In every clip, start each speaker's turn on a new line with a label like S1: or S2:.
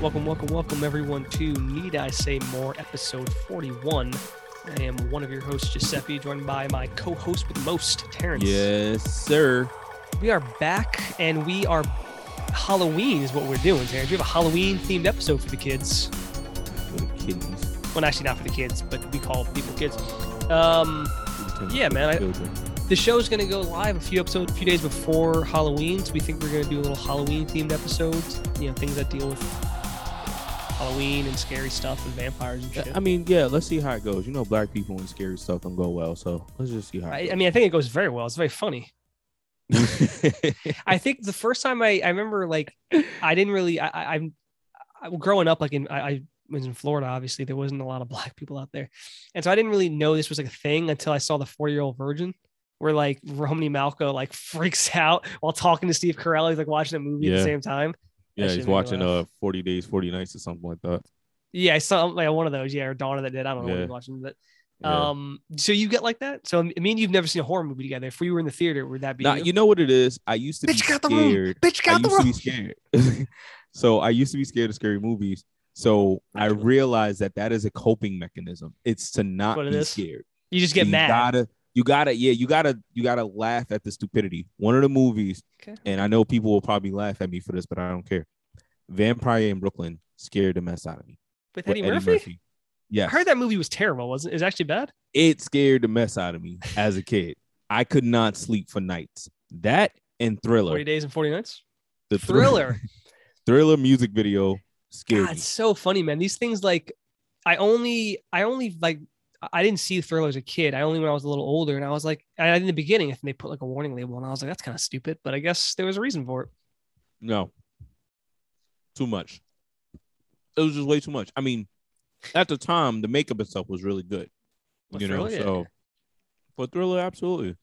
S1: welcome, welcome everyone to Need I Say More, episode 41. I am one of your hosts, Giuseppe, joined by my co host with most, Terrence.
S2: Yes, sir.
S1: We are back and we are Halloween, is what we're doing, Terrence. We have a Halloween themed episode for the kids.
S2: For the kidneys.
S1: Well, actually, not for the kids, but we call people kids. Um, Yeah, man, I-
S2: Children.
S1: the show is going to go live a few episodes, a few days before Halloween. So we think we're going to do a little Halloween themed episodes, you know, things that deal with Halloween and scary stuff and vampires and
S2: Yeah,
S1: shit.
S2: I mean, yeah, let's see how it goes. You know, black people and scary stuff don't go well, so let's just see how
S1: I,
S2: it
S1: I mean, I think it goes very well. It's very funny.
S2: goes.
S1: I think the first time I, I remember like I didn't really I, I I'm I, growing up like in I, I was in Florida obviously there wasn't a lot of black people out there, and so I didn't really know this was like a thing until I saw the four year old virgin where like Romney Malco like freaks out while talking to Steve Carell he's like watching a movie at the
S2: Yeah.
S1: same time.
S2: yeah,
S1: shit made
S2: he's
S1: me
S2: watching
S1: laugh.
S2: uh 40 Days, 40 Nights or something like that.
S1: Yeah, I saw like one of those. Yeah, or Donna that did. I don't know what
S2: Yeah.
S1: he's watching, but.
S2: Yeah.
S1: Um, so you get like that? So me and you've never seen a horror movie together. If we were in the theater, would that be
S2: Nah,
S1: you?
S2: you know what it is? I used to
S1: Bitch,
S2: be
S1: get out the room.
S2: scared.
S1: Bitch,
S2: I
S1: get out the
S2: used to
S1: room.
S2: be scared. so I used to be scared of scary movies. So I
S1: Gotcha.
S2: realized that that is a coping mechanism. It's to not
S1: What it
S2: be
S1: is?
S2: scared.
S1: You just get
S2: you
S1: mad.
S2: Gotta, you gotta, yeah, you gotta, you gotta laugh at the stupidity. One of the movies,
S1: Okay.
S2: and I know people will probably laugh at me for this, but I don't care. Vampire in Brooklyn scared the mess out of me.
S1: with
S2: With
S1: Eddie, Murphy? I
S2: Yeah,
S1: heard that movie was terrible, wasn't it? It was actually bad.
S2: it scared the mess out of me as a kid. I could not sleep for nights. That and Thriller,
S1: 40 days and 40 nights.
S2: the
S1: Thriller.
S2: Thriller music video scared
S1: God,
S2: me.
S1: it's so funny, man. These things like I only I only like I- I didn't see Thriller as a kid. I only when I was a little older, and I was like, I, in the beginning, I think they put like a warning label, and I was like, that's kind of stupid. But I guess there was a reason for it.
S2: No. Too much. It was just way too much. I mean, at the time, the makeup itself was really good.
S1: But
S2: you know,
S1: Thriller, yeah.
S2: so for thriller, absolutely.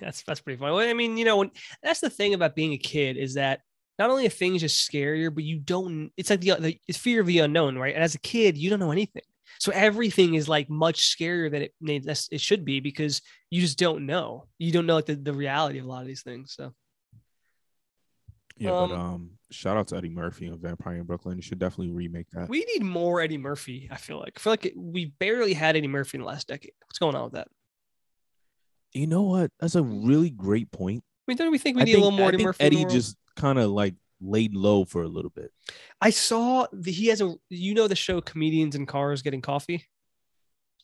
S1: that's that's pretty funny. Well, I mean, you know, when that's the thing about being a kid is that not only are things just scarier, but you don't. It's like the, the it's fear of the unknown, right? And as a kid, you don't know anything, so everything is like much scarier than it may- that's- it should be because you just don't know. You don't know like the, the reality of a lot of these things. So
S2: Yeah, but
S1: Um,
S2: um, shout out to Eddie Murphy on Vampire in Brooklyn. You should definitely remake that.
S1: we need more Eddie Murphy. I feel like I feel like we barely had Eddie Murphy in the last decade. What's going on with that?
S2: you know what? That's a really great point.
S1: I mean, don't we think we
S2: I
S1: need
S2: think,
S1: a little more
S2: I
S1: Eddie
S2: think
S1: Murphy? in the
S2: Eddie
S1: world?
S2: just kind of like laid low for a little bit.
S1: I saw the, he has a you know the show comedians in cars getting coffee.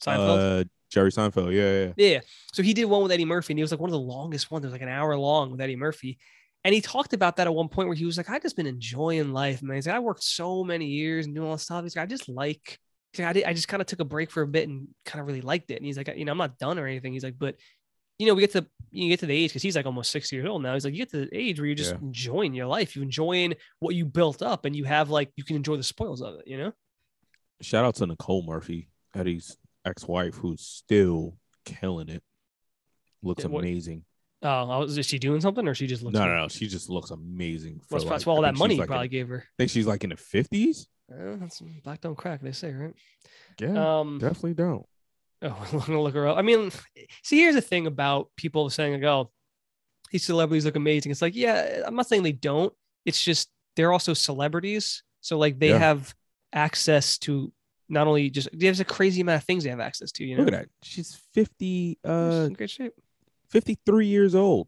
S1: Seinfeld.
S2: Uh, Jerry Seinfeld. Yeah, yeah.
S1: yeah. So he did one with Eddie Murphy, and he was like one of the longest ones. It was like an hour long with Eddie Murphy, and he talked about that at one point where he was like, "I just been enjoying life, man." He's like, "I worked so many years and doing all this stuff." He's like, "I just like." He's like, I, did, I just kind of took a break for a bit and kind of really liked it. And he's like, you know, I'm not done or anything. He's like, but you know, we get to you get to the age because he's like almost 60 years old now. He's like, you get to the age where you're just
S2: Yeah.
S1: enjoying your life. You're enjoying what you built up and you have like you can enjoy the spoils of it, you know?
S2: Shout out to Nicole Murphy, Eddie's ex-wife, who's still killing it. Looks
S1: Yeah, what-
S2: amazing.
S1: Oh, I was, is she doing something or she just looks
S2: No,
S1: good?
S2: no, no. She just looks amazing. For
S1: Well, that's
S2: like,
S1: all
S2: I
S1: that
S2: think
S1: money
S2: she's
S1: you
S2: like
S1: probably
S2: In,
S1: gave her.
S2: I think she's like in the fifties.
S1: Uh, that's black don't crack, they say, right?
S2: Yeah,
S1: Um,
S2: definitely don't.
S1: oh, I'm gonna look her up. I mean, see, here's the thing about people saying, like, oh, these celebrities look amazing. It's like, yeah, I'm not saying they don't. It's just they're also celebrities, so like they
S2: Yeah.
S1: have access to not only just there's a crazy amount of things they have access to. You know,
S2: Look at that. She's 50,
S1: She's
S2: uh,
S1: in great shape.
S2: 53 years old.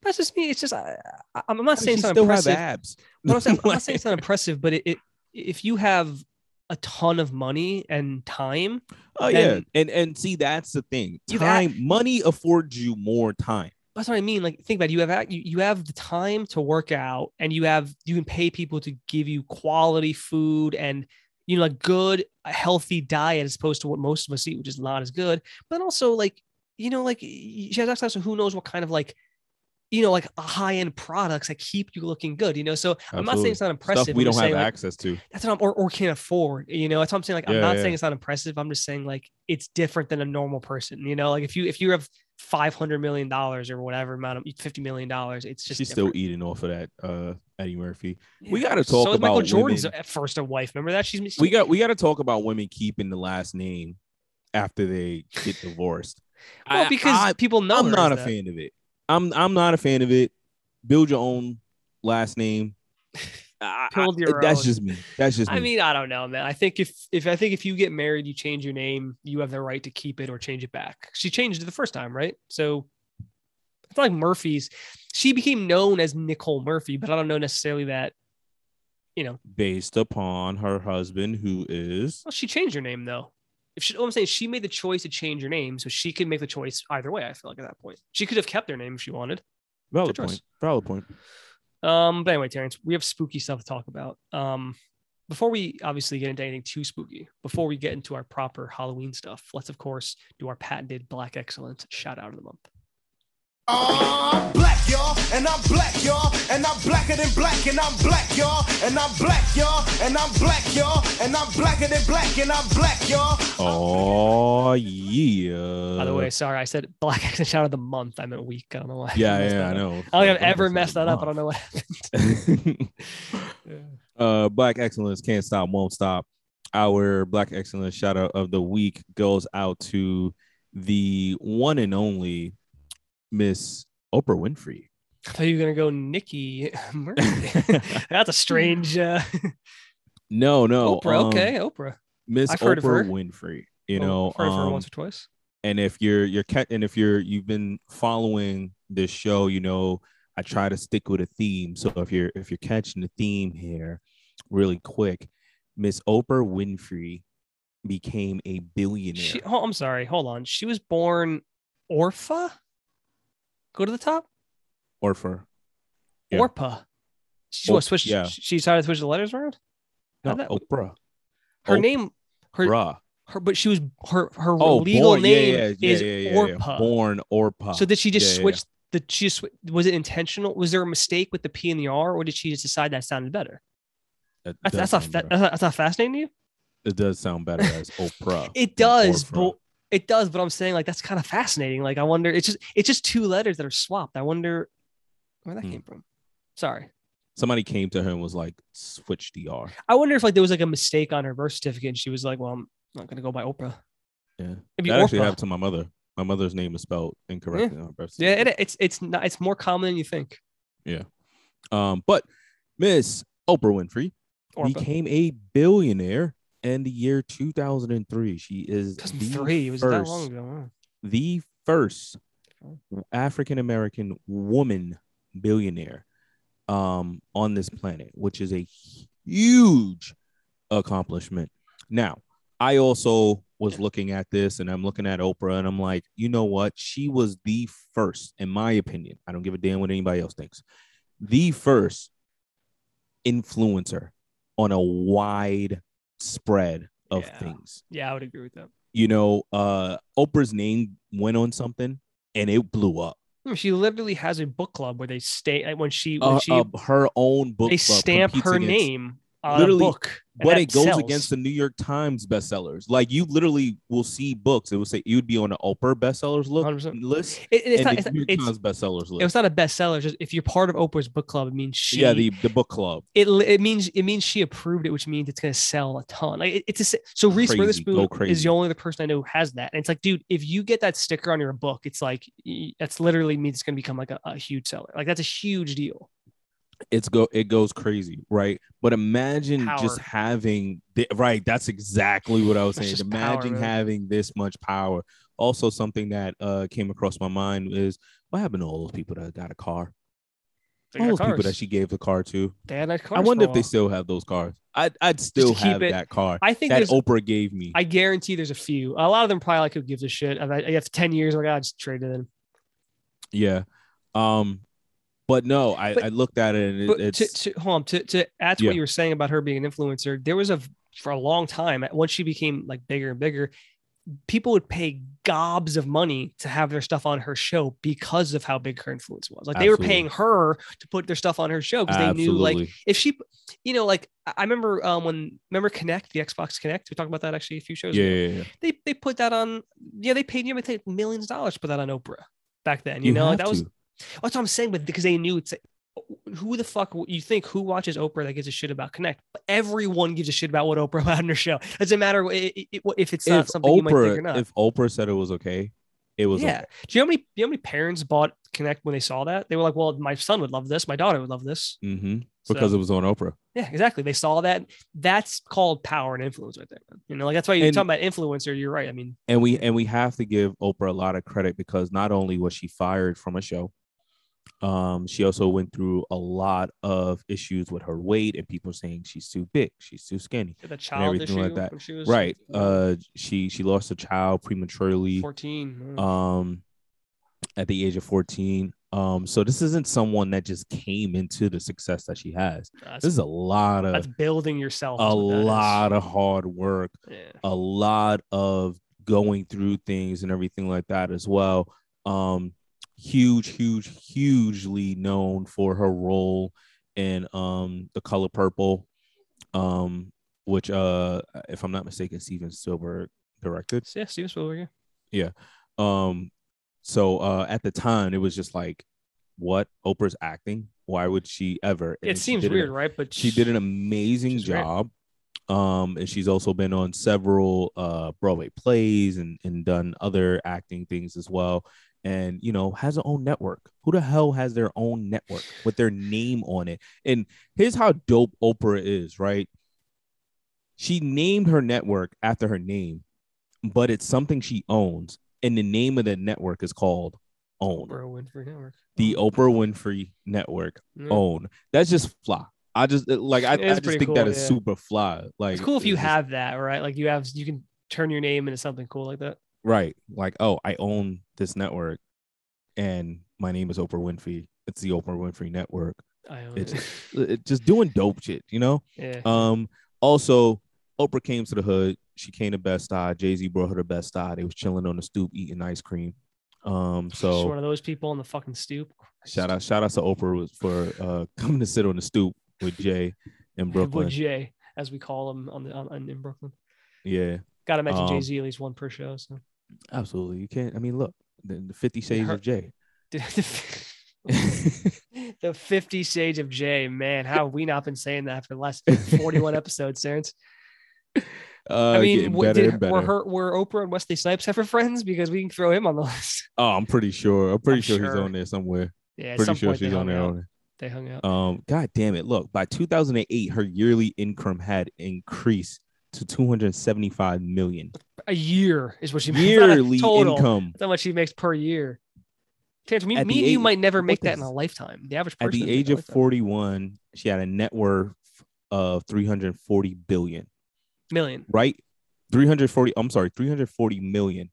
S1: But it's just me. It's just I, I, I'm not saying
S2: she
S1: it's not
S2: still
S1: impressive.
S2: have abs.
S1: But I'm, saying, I'm
S2: Like,
S1: not saying it's not impressive, but it, it if you have a ton of money and time,
S2: oh yeah,
S1: then-
S2: and and see that's the thing.
S1: You've
S2: Time, money affords you more time.
S1: that's what I mean. Like, think about it. you have ac- you, you have the time to work out, and you have you can pay people to give you quality food and you know like good a healthy diet as opposed to what most of us eat, which is not as good. But also like you know like y- y- she has access to who knows what kind of like you know like high end products that keep you looking good. You know, so I'm not saying it's not impressive.
S2: Stuff we
S1: I'm
S2: don't
S1: just
S2: have
S1: saying, like,
S2: access to.
S1: that's what I'm or, or can't afford. You know, that's what I'm saying. Like, I'm
S2: Yeah,
S1: not
S2: yeah.
S1: saying it's not impressive. I'm just saying like it's different than a normal person. You know, like if you if you have five hundred million dollars or whatever amount of fifty million dollars, it's just
S2: She's
S1: different.
S2: still eating off of that uh Eddie Murphy. We
S1: Yeah.
S2: gotta talk
S1: so is Michael
S2: about
S1: Jordan's
S2: women.
S1: at first a wife. Remember that? She's she,
S2: We got we gotta talk about women keeping the last name after they get divorced.
S1: well
S2: I-
S1: because
S2: I-
S1: people know.
S2: I'm
S1: her
S2: not a
S1: as that.
S2: fan of it. I'm I'm not a fan of it. Build your own last name. I- I-
S1: Build your
S2: that's
S1: own.
S2: just me. That's just me.
S1: I mean, I don't know, man. I think if if I think if you get married, you change your name, you have the right to keep it or change it back. She changed it the first time, right? So it's not like Murphy's. She became known as Nicole Murphy, but I don't know necessarily that. You know,
S2: Based upon her husband, who is
S1: well, she changed her name though. If she, what I'm saying, she made the choice to change her name, so she can make the choice either way. I feel like at that point, she could have kept her name if she wanted.
S2: valid
S1: choice.
S2: point. Valid point.
S1: Um, but anyway, Terrence, we have spooky stuff to talk about. Um, before we obviously get into anything too spooky, before we get into our proper Halloween stuff, let's of course do our patented Black Excellence shout out of the month.
S3: I'm black, y'all, and I'm black, y'all, and I'm blacker than black, and I'm black, y'all, and I'm black, y'all, and I'm black, y'all, and I'm blacker than black, and I'm black, y'all.
S2: Oh yeah.
S1: By the way, sorry, I said Black Excellence shout out of the month. I meant week. I don't know why. I
S2: yeah,
S1: messed
S2: yeah,
S1: that
S2: I
S1: up.
S2: know.
S1: I don't think I've ever messed that up. I don't know what happened.
S2: uh, Black Excellence can't stop, won't stop. Our Black Excellence shout out of the week goes out to the one and only Miss Oprah Winfrey.
S1: I thought you were gonna go Nikki Murphy. That's a strange uh,
S2: No, no,
S1: Oprah.
S2: um,
S1: okay, Oprah.
S2: Miss
S1: I've
S2: Oprah
S1: heard of her.
S2: Winfrey. You
S1: Oh,
S2: know,
S1: heard of her
S2: um,
S1: once or twice.
S2: and if you're you're ca- and if you're you've been following this show you know i try to stick with a theme so if you're if you're catching the theme here really quick miss oprah winfrey became a billionaire
S1: She, oh, I'm sorry. Hold on. She was born Orpha. Go to the top.
S2: or for Yeah.
S1: Orpa. She
S2: Or-
S1: what, switched.
S2: yeah.
S1: She started to switch the letters around.
S2: no, Oh,
S1: How'd that-
S2: oprah
S1: Her
S2: Op-
S1: name. Her,
S2: bruh
S1: her. But she was her. Her
S2: oh
S1: legal
S2: born, yeah,
S1: name
S2: yeah, yeah,
S1: is
S2: yeah, yeah, yeah.
S1: Orpa.
S2: born orpa
S1: So did she just
S2: Yeah, yeah,
S1: switch? The she just, swi- was it intentional? Was there a mistake with the P and the R, or did she just decide that sounded better?
S2: That
S1: That's,
S2: does
S1: that's not
S2: sound
S1: that,
S2: better.
S1: that's not that's not fascinating to you.
S2: it does sound better as oprah
S1: It
S2: than
S1: does,
S2: Orphra.
S1: but it does. But I'm saying like that's kind of fascinating. Like I wonder. It's just it's just two letters that are swapped. I wonder where that
S2: Hmm.
S1: came from. Sorry.
S2: somebody came to her and was like switch the r
S1: I wonder if like there was like a mistake on her birth certificate and she was like, "Well, I'm not gonna go by Oprah."
S2: yeah
S1: It'd be
S2: that actually
S1: Orpha.
S2: happened to my mother. My mother's name is spelled incorrectly. on her birth
S1: yeah,
S2: certificate.
S1: it, it's it's not it's more common than you think.
S2: Um, but Miss Oprah Winfrey
S1: Orpha.
S2: became a billionaire in the year 2003. She is the,
S1: 2003 it was that long
S2: first.
S1: ago. huh?
S2: the first
S1: Oh.
S2: African American woman billionaire um, on this planet, which is a huge accomplishment. Now, I also was looking at this and I'm looking at Oprah and I'm like, you know what? She was the first, in my opinion. I don't give a damn what anybody else thinks. The first influencer on a wide spread of
S1: Yeah.
S2: things
S1: Yeah, I would agree with that.
S2: you know, uh, Oprah's name went on something and it blew up.
S1: Hmm, She literally has a book club where they stay like, when she when
S2: Uh,
S1: she
S2: uh, her own book.
S1: they
S2: club
S1: stamp
S2: competes
S1: her
S2: against-
S1: name on a
S2: literally,
S1: book. and
S2: but
S1: that
S2: it goes
S1: sells.
S2: against the New York Times bestsellers. Like you literally will see books. It will say you'd be on the Oprah bestsellers look
S1: 100%.
S2: list
S1: It, it's
S2: and
S1: not,
S2: the
S1: it's, not-
S2: New York
S1: it's,
S2: Times bestsellers list.
S1: it was not a bestseller. Just if you're part of Oprah's book club, it means she
S2: yeah, the, the book club.
S1: it li- it means it means she approved it, which means it's gonna sell a ton. Like it, it's a, s- so Reese
S2: Crazy,
S1: Witherspoon
S2: go
S1: is
S2: crazy.
S1: the only other person I know who has that. And it's like, dude, if you get that sticker on your book, it's like y- that's literally means it's gonna become like a, a huge seller. Like that's a huge deal.
S2: It's go it goes crazy, right? But imagine just
S1: Power.
S2: having the, right. That's exactly what I was
S1: That's
S2: saying.
S1: just power,
S2: Imagine
S1: man.
S2: having this much power. Also, something that uh came across my mind is what happened to all those people that got a car?
S1: They
S2: all
S1: got
S2: those people
S1: cars.
S2: that she gave the car to.
S1: They had nice cars
S2: I
S1: for
S2: wonder
S1: a
S2: if they
S1: while.
S2: still have those cars. I'd, I'd still
S1: to keep
S2: have
S1: it-
S2: that car
S1: I think
S2: that
S1: there's.
S2: Oprah gave me.
S1: I guarantee there's a few. A lot of them probably like who gives a shit. I, I have ten years. Like I just traded them.
S2: yeah. Um, but no, I,
S1: But-
S2: I looked at it and it,
S1: But
S2: it's
S1: to, to hold on, to, to add to
S2: Yeah.
S1: what you were saying about her being an influencer, there was a for a long time once she became like bigger and bigger, people would pay gobs of money to have their stuff on her show because of how big her influence was. Like they were
S2: Absolutely.
S1: paying her to put their stuff on her show because they knew like
S2: absolutely.
S1: if she, you know, like I I remember um when remember Connect the Xbox Connect we talked about that actually a few shows.
S2: yeah,
S1: ago.
S2: yeah, yeah.
S1: they they put that on. Yeah, they paid you know, they paid millions of dollars to put that on Oprah back then. You,
S2: You
S1: know
S2: have
S1: that was
S2: to.
S1: that's what I'm saying, but because they knew it's who the fuck you think who watches Oprah that gives a shit about Connect? But everyone gives a shit about what Oprah had in her show. Doesn't matter wh- i- i- if it's not
S2: if
S1: something you might think or
S2: Oprah
S1: not.
S2: if Oprah said it was okay, it was
S1: yeah.
S2: okay.
S1: Do you know how many do you know how many parents bought Connect when they saw that? They were like, "Well, my son would love this. My daughter would love this."
S2: hmm
S1: So,
S2: because it was on Oprah.
S1: Yeah, exactly. They saw that. That's called power and influence right there. man. You know, like that's why you're
S2: And-
S1: talking about influencer. You're right. I mean,
S2: and we and we have to give Oprah a lot of credit because not only was she fired from a show, um, she also went through a lot of issues with her weight and people saying she's too big, she's too skinny.
S1: the child
S2: everything
S1: issue
S2: like that.
S1: when she was
S2: Right. Uh she she lost a child prematurely
S1: 14. Uh,
S2: um at the age of 14. Um, so this isn't someone that just came into the success that she has. This
S1: that's,
S2: is a lot
S1: that's
S2: of
S1: building yourself.
S2: a
S1: is what that is.
S2: lot of hard work
S1: Yeah.
S2: a lot of going through things and everything like that as well. Um, huge, huge, hugely known for her role in um The Color Purple, um, which uh, if I'm not mistaken, Steven Spielberg directed.
S1: So, yeah, Steven Spielberg. yeah.
S2: Um, so uh, at the time, it was just like, what Oprah's acting? Why would she ever? And
S1: It
S2: she
S1: seems
S2: did
S1: weird, right? But
S2: she did an amazing
S1: She's great.
S2: job um and she's also been on several uh broadway plays and and done other acting things as well and you know has her own network who the hell has their own network with their name on it and here's how dope oprah is right she named her network after her name but it's something she owns and the name of the network is called own
S1: Oprah Winfrey Network.
S2: the oprah Oh winfrey network
S1: Yeah.
S2: own. That's just fly. I just it- like I, I
S1: Mm-hmm. It is
S2: just
S1: pretty
S2: think that
S1: cool,
S2: is
S1: yeah.
S2: super fly. Like
S1: it's cool if you
S2: just-
S1: have that, right? Like you have, you can turn your name into something cool like that.
S2: right. Like oh, I own this network, and my name is Oprah Winfrey. It's the Oprah Winfrey Network.
S1: I own
S2: It's
S1: it.
S2: it, just doing dope shit, you know.
S1: Yeah.
S2: Um. Also, Oprah came to the hood. She came to Best Eye. Jay Z brought her to Best Eye. They was chilling on the stoop eating ice cream. Um.
S1: She's
S2: So
S1: one of those people on the fucking stoop.
S2: shout out, shout out to Oprah was- for uh coming to sit on the stoop with Jay in
S1: Brooklyn.
S2: Brooklyn.
S1: Jay, as we call him on the on, in Brooklyn.
S2: Yeah.
S1: Got to mention
S2: Um,
S1: Jay Z at least one per show. So.
S2: Absolutely. You can't. I mean, look, the, the Fifty Shades
S1: her-
S2: of Jay.
S1: the 50 shades of Jay, man. How have we not been saying that for the last 41 episodes, Terrence?
S2: Uh,
S1: I mean,
S2: getting
S1: what-
S2: better
S1: did-
S2: and
S1: were
S2: better.
S1: her were Oprah and Wesley Snipes ever friends? Because we can throw him on the list.
S2: oh, I'm pretty sure. I'm pretty
S1: I'm
S2: sure, he's
S1: sure.
S2: on there somewhere.
S1: Yeah, at
S2: pretty
S1: some
S2: sure
S1: point they
S2: she's
S1: hung,
S2: on there.
S1: out.
S2: on
S1: they hung out.
S2: there. Um, God damn it! Look, by 2008, her yearly income had increased to 275 million
S1: A year is what she makes. not a
S2: yearly
S1: total.
S2: income.
S1: That's how much she makes per year. Terrence, me,
S2: At
S1: me
S2: the
S1: and you
S2: age-
S1: might never
S2: what
S1: make that in
S2: does-
S1: a lifetime. The average
S2: At
S1: person
S2: the
S1: doesn't make
S2: age
S1: that in a
S2: of
S1: lifetime.
S2: 41, she had a net worth of 340 billion.
S1: million.
S2: Right, 340. I'm sorry, 340 million.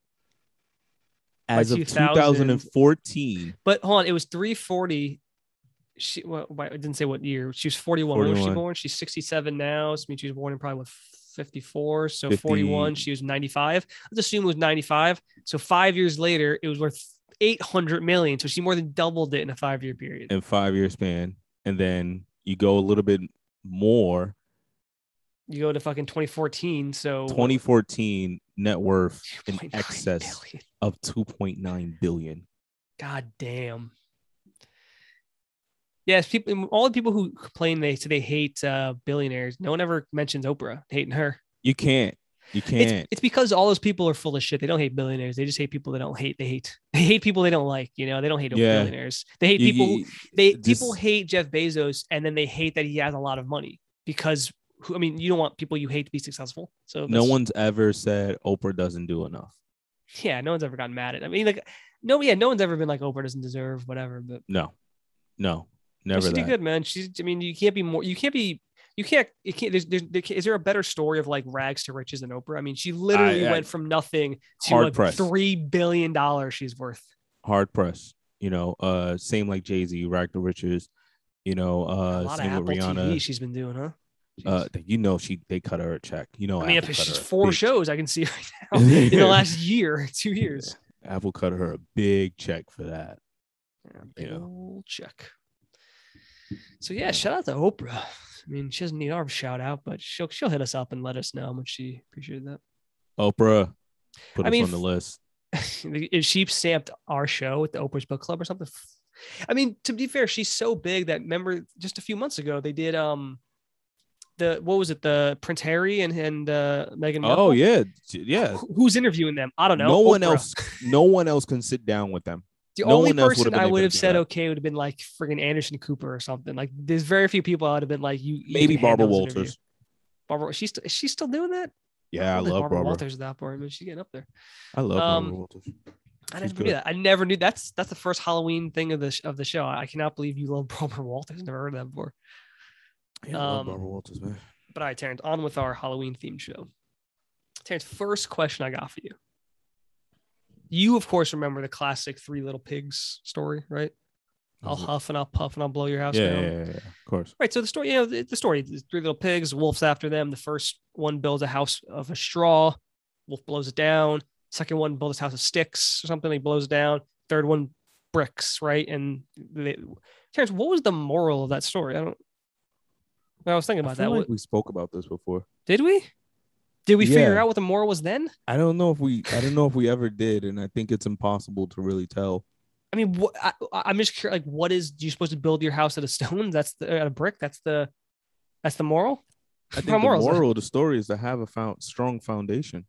S2: As of
S1: 2000
S2: 2014.
S1: But hold on, it was 340. She well, why- I didn't say what year. She was 41. When was she
S2: 41.
S1: born? She's 67 now. So I mean, she was born in probably what 54. So
S2: 50.
S1: 41. She was 95. Let's assume it was 95. So five years later, it was worth 800 million. So she more than doubled it in a five year period.
S2: and five year span, and then you go a little bit more.
S1: You go to fucking 2014. So
S2: 2014 net worth in
S1: 2.9
S2: excess
S1: billion.
S2: of 2.9 billion.
S1: God damn. Yes, people. All the people who complain they say they hate uh, billionaires. No one ever mentions Oprah hating her.
S2: You can't. You
S1: It's,
S2: can't.
S1: it's because all those people are full of shit. They don't hate billionaires. They just hate people they don't hate. They hate. They hate people they don't like. You know, they don't hate
S2: Yeah.
S1: billionaires. They hate
S2: You-
S1: people. who-
S2: you-
S1: they
S2: just-
S1: people hate Jeff Bezos, and then they hate that he has a lot of money because who, I mean, you don't want people you hate to be successful. So
S2: no
S1: that's-
S2: one's ever said Oprah doesn't do enough.
S1: Yeah, no one's ever gotten mad at. I mean, like no, yeah, no one's ever been like Oprah doesn't deserve whatever. But
S2: No, no,
S1: but
S2: never
S1: she did
S2: that.
S1: good, man. She's. I mean, you can't be more. You can't be. You can't. You can't. There's, there's, there can't- is there a better story of like rags to riches than Oprah? I mean, she literally
S2: I-
S1: went from nothing to
S2: Hard
S1: like
S2: pressed.
S1: three billion dollars. She's worth.
S2: Hard press. You know, uh, same like Jay Z, Rack the Riches. You know,
S1: a
S2: uh,
S1: lot of
S2: same
S1: Apple
S2: with
S1: TV
S2: Rihanna.
S1: she's been doing, huh?
S2: Uh, you know, she they cut her a check. You know,
S1: I mean, if
S2: Apple
S1: it's
S2: cut
S1: just
S2: her a
S1: four
S2: big
S1: shows I can see right now in the last year, two years.
S2: Apple cut her a big check for that.
S1: Yeah, big
S2: Yeah.
S1: ol' check. So yeah, shout out to Oprah. I mean, she doesn't need our shout out, but she'll she'll hit us up and let us know how much she appreciated that.
S2: Oprah, put
S1: I
S2: us
S1: mean,
S2: on the list.
S1: if she stamped our show with the Oprah's Book Club or something. I mean, to be fair, she's so big that remember just a few months ago they did um the what was it the Prince Harry and and uh, Meghan. Markle?
S2: Oh yeah, j- yeah.
S1: Who- Who's interviewing them? I don't know.
S2: No one
S1: Oprah.
S2: else, no one else can sit down with them.
S1: The
S2: No
S1: only
S2: one else would've
S1: person
S2: been
S1: I
S2: able
S1: would
S2: to
S1: have
S2: do
S1: said
S2: that.
S1: okay would have been like friggin' Anderson Cooper or something. Like there's very few people I would have been like you. you
S2: Maybe
S1: can
S2: Barbara
S1: handle this interview.
S2: Walters.
S1: Barbara, she's st- is she still doing that?
S2: Yeah, I
S1: don't think
S2: love Barbara.
S1: Walters at that point. I mean, she's getting up there.
S2: I love
S1: Um,
S2: Barbara Walters.
S1: I
S2: She's
S1: never
S2: good.
S1: knew that. I never knew that's that's the first Halloween thing of the sh- of the show. I cannot believe you love Barbara Walters. Never heard of that before.
S2: Yeah, I love
S1: um,
S2: Barbara Walters, man.
S1: But all right, Terrence, on with our Halloween themed show. Terrence, first question I got for you. You of course remember the classic Three Little Pigs story, right? I'll
S2: Is it-
S1: huff and I'll puff and I'll blow your house
S2: Mm-hmm. yeah,
S1: down.
S2: yeah, yeah, yeah, of course.
S1: Right. So the story, you know, the, the story, the three little pigs, wolf's after them. The first one builds a house of a straw, wolf blows it down. Second one builds a house of sticks or something, he blows it down. Third one, bricks, right? And they, Terrence, what was the moral of that story? I don't, I was thinking
S2: I
S1: about
S2: feel
S1: that.
S2: like
S1: What-
S2: we spoke about this before.
S1: did we? Did we figure
S2: Yeah.
S1: out what the moral was then?
S2: I don't know if we. I don't know if we ever did, and I think it's impossible to really tell.
S1: I mean, what, I, I- I'm just curious, like, what is, you're supposed to build your house out of stone? That's the, out of brick? That's the, that's the moral?
S2: I think
S1: Our
S2: the
S1: morals are-
S2: moral of the story is to have a found, strong foundation.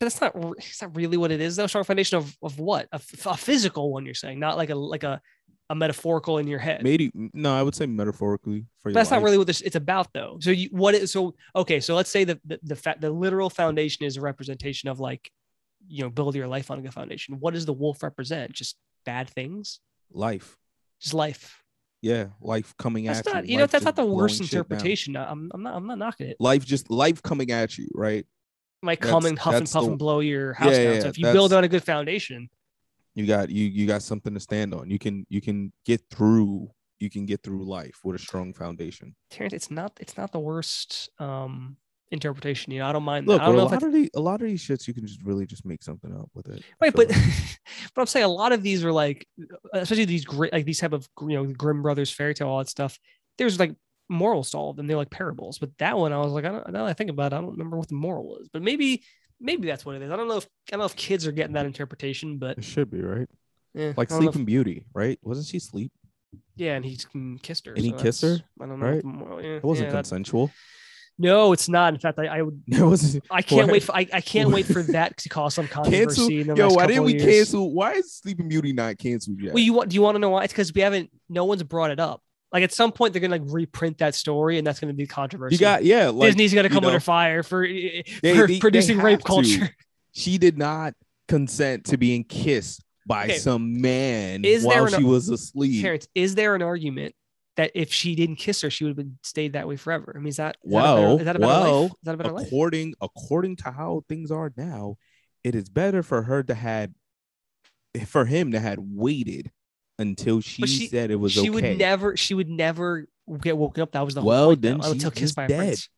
S1: But that's not re- that's not really what it is though. Strong foundation of, of what? A, f- a physical one you're saying, not like a like a, a metaphorical in your head.
S2: Maybe no, I would say metaphorically
S1: But
S2: for your
S1: that's not
S2: life.
S1: really what this it's about though. So you what is so okay, so let's say the the the, fa- the literal foundation is a representation of like you know, build your life on a good foundation. What does the wolf represent? Just bad things?
S2: life.
S1: Just life.
S2: Yeah, life coming
S1: That's
S2: at you.
S1: not you know,
S2: life
S1: that's not
S2: just
S1: the worst
S2: blowing shit down.
S1: interpretation. I- I'm, I'm not I'm not knocking it.
S2: Life just life coming at you, right?
S1: Might
S2: that's-
S1: come and huff and
S2: that's
S1: puff
S2: the-
S1: and blow your house
S2: Yeah,
S1: down.
S2: yeah,
S1: so if you
S2: that's-
S1: build on a good foundation,
S2: You got you you got something to stand on. You can you can get through you can get through life with a strong foundation.
S1: Terrence, it's not it's not the worst um interpretation. You know, I don't mind.
S2: Look,
S1: I don't
S2: with a
S1: know if
S2: lot
S1: that's
S2: of the a lot of these shits you can just really just make something up with it. I
S1: right,
S2: feel
S1: but
S2: like.
S1: but I'm saying a lot of these are like, especially these great like these type of you know Grimm Brothers fairy tale all that stuff. There's like morals to all of them. They're like parables. But that one, I was like, I don't. Now that I think about it, I don't remember what the moral was. But maybe maybe that's what it is. I don't know if I don't know if kids are getting that interpretation, but
S2: it should be right.
S1: yeah,
S2: Like
S1: I don't know if-
S2: Sleeping Beauty, right? Wasn't she sleep?
S1: yeah, and he mm, kissed her.
S2: And he
S1: so
S2: kissed
S1: that's-
S2: her,
S1: I don't know.
S2: right?
S1: Right? The moral, yeah,
S2: It wasn't
S1: yeah, that-
S2: consensual.
S1: no, it's not. In fact, I, I would
S2: It was
S1: I can't
S2: Why-
S1: wait. For, I, I can't wait for
S2: why-
S1: that to cause some
S2: cancel.
S1: controversy. In the
S2: Yo,
S1: next
S2: why didn't
S1: couple
S2: we
S1: years.
S2: cancel? Why is Sleeping Beauty not canceled yet?
S1: Well, you want? Do you want to know why? It's because we haven't. No one's brought it up. Like at some point, they're gonna like reprint that story, and that's gonna be controversial.
S2: You got yeah. Like
S1: Disney's gonna
S2: you
S1: come under
S2: know,
S1: fire for, eh,
S2: they-
S1: for
S2: they
S1: producing rape
S2: have to.
S1: culture.
S2: she did not consent to being kissed by
S1: Okay.
S2: some man
S1: Is there
S2: while
S1: an-
S2: she was asleep.
S1: Terrence, is there an argument that if she didn't kiss her, she would have been stayed that way forever? I mean, is that is that a better-
S2: Whoa,
S1: is that a better
S2: whoa,
S1: life? Is that a better life?
S2: according according to how things are now, it is better for her to had for him to had waited until she,
S1: But she-
S2: said it was
S1: she
S2: okay.
S1: would never. She would never get woken up. That was the
S2: Well,
S1: whole point, though,
S2: then
S1: until
S2: she's
S1: kissed by a
S2: just
S1: prince.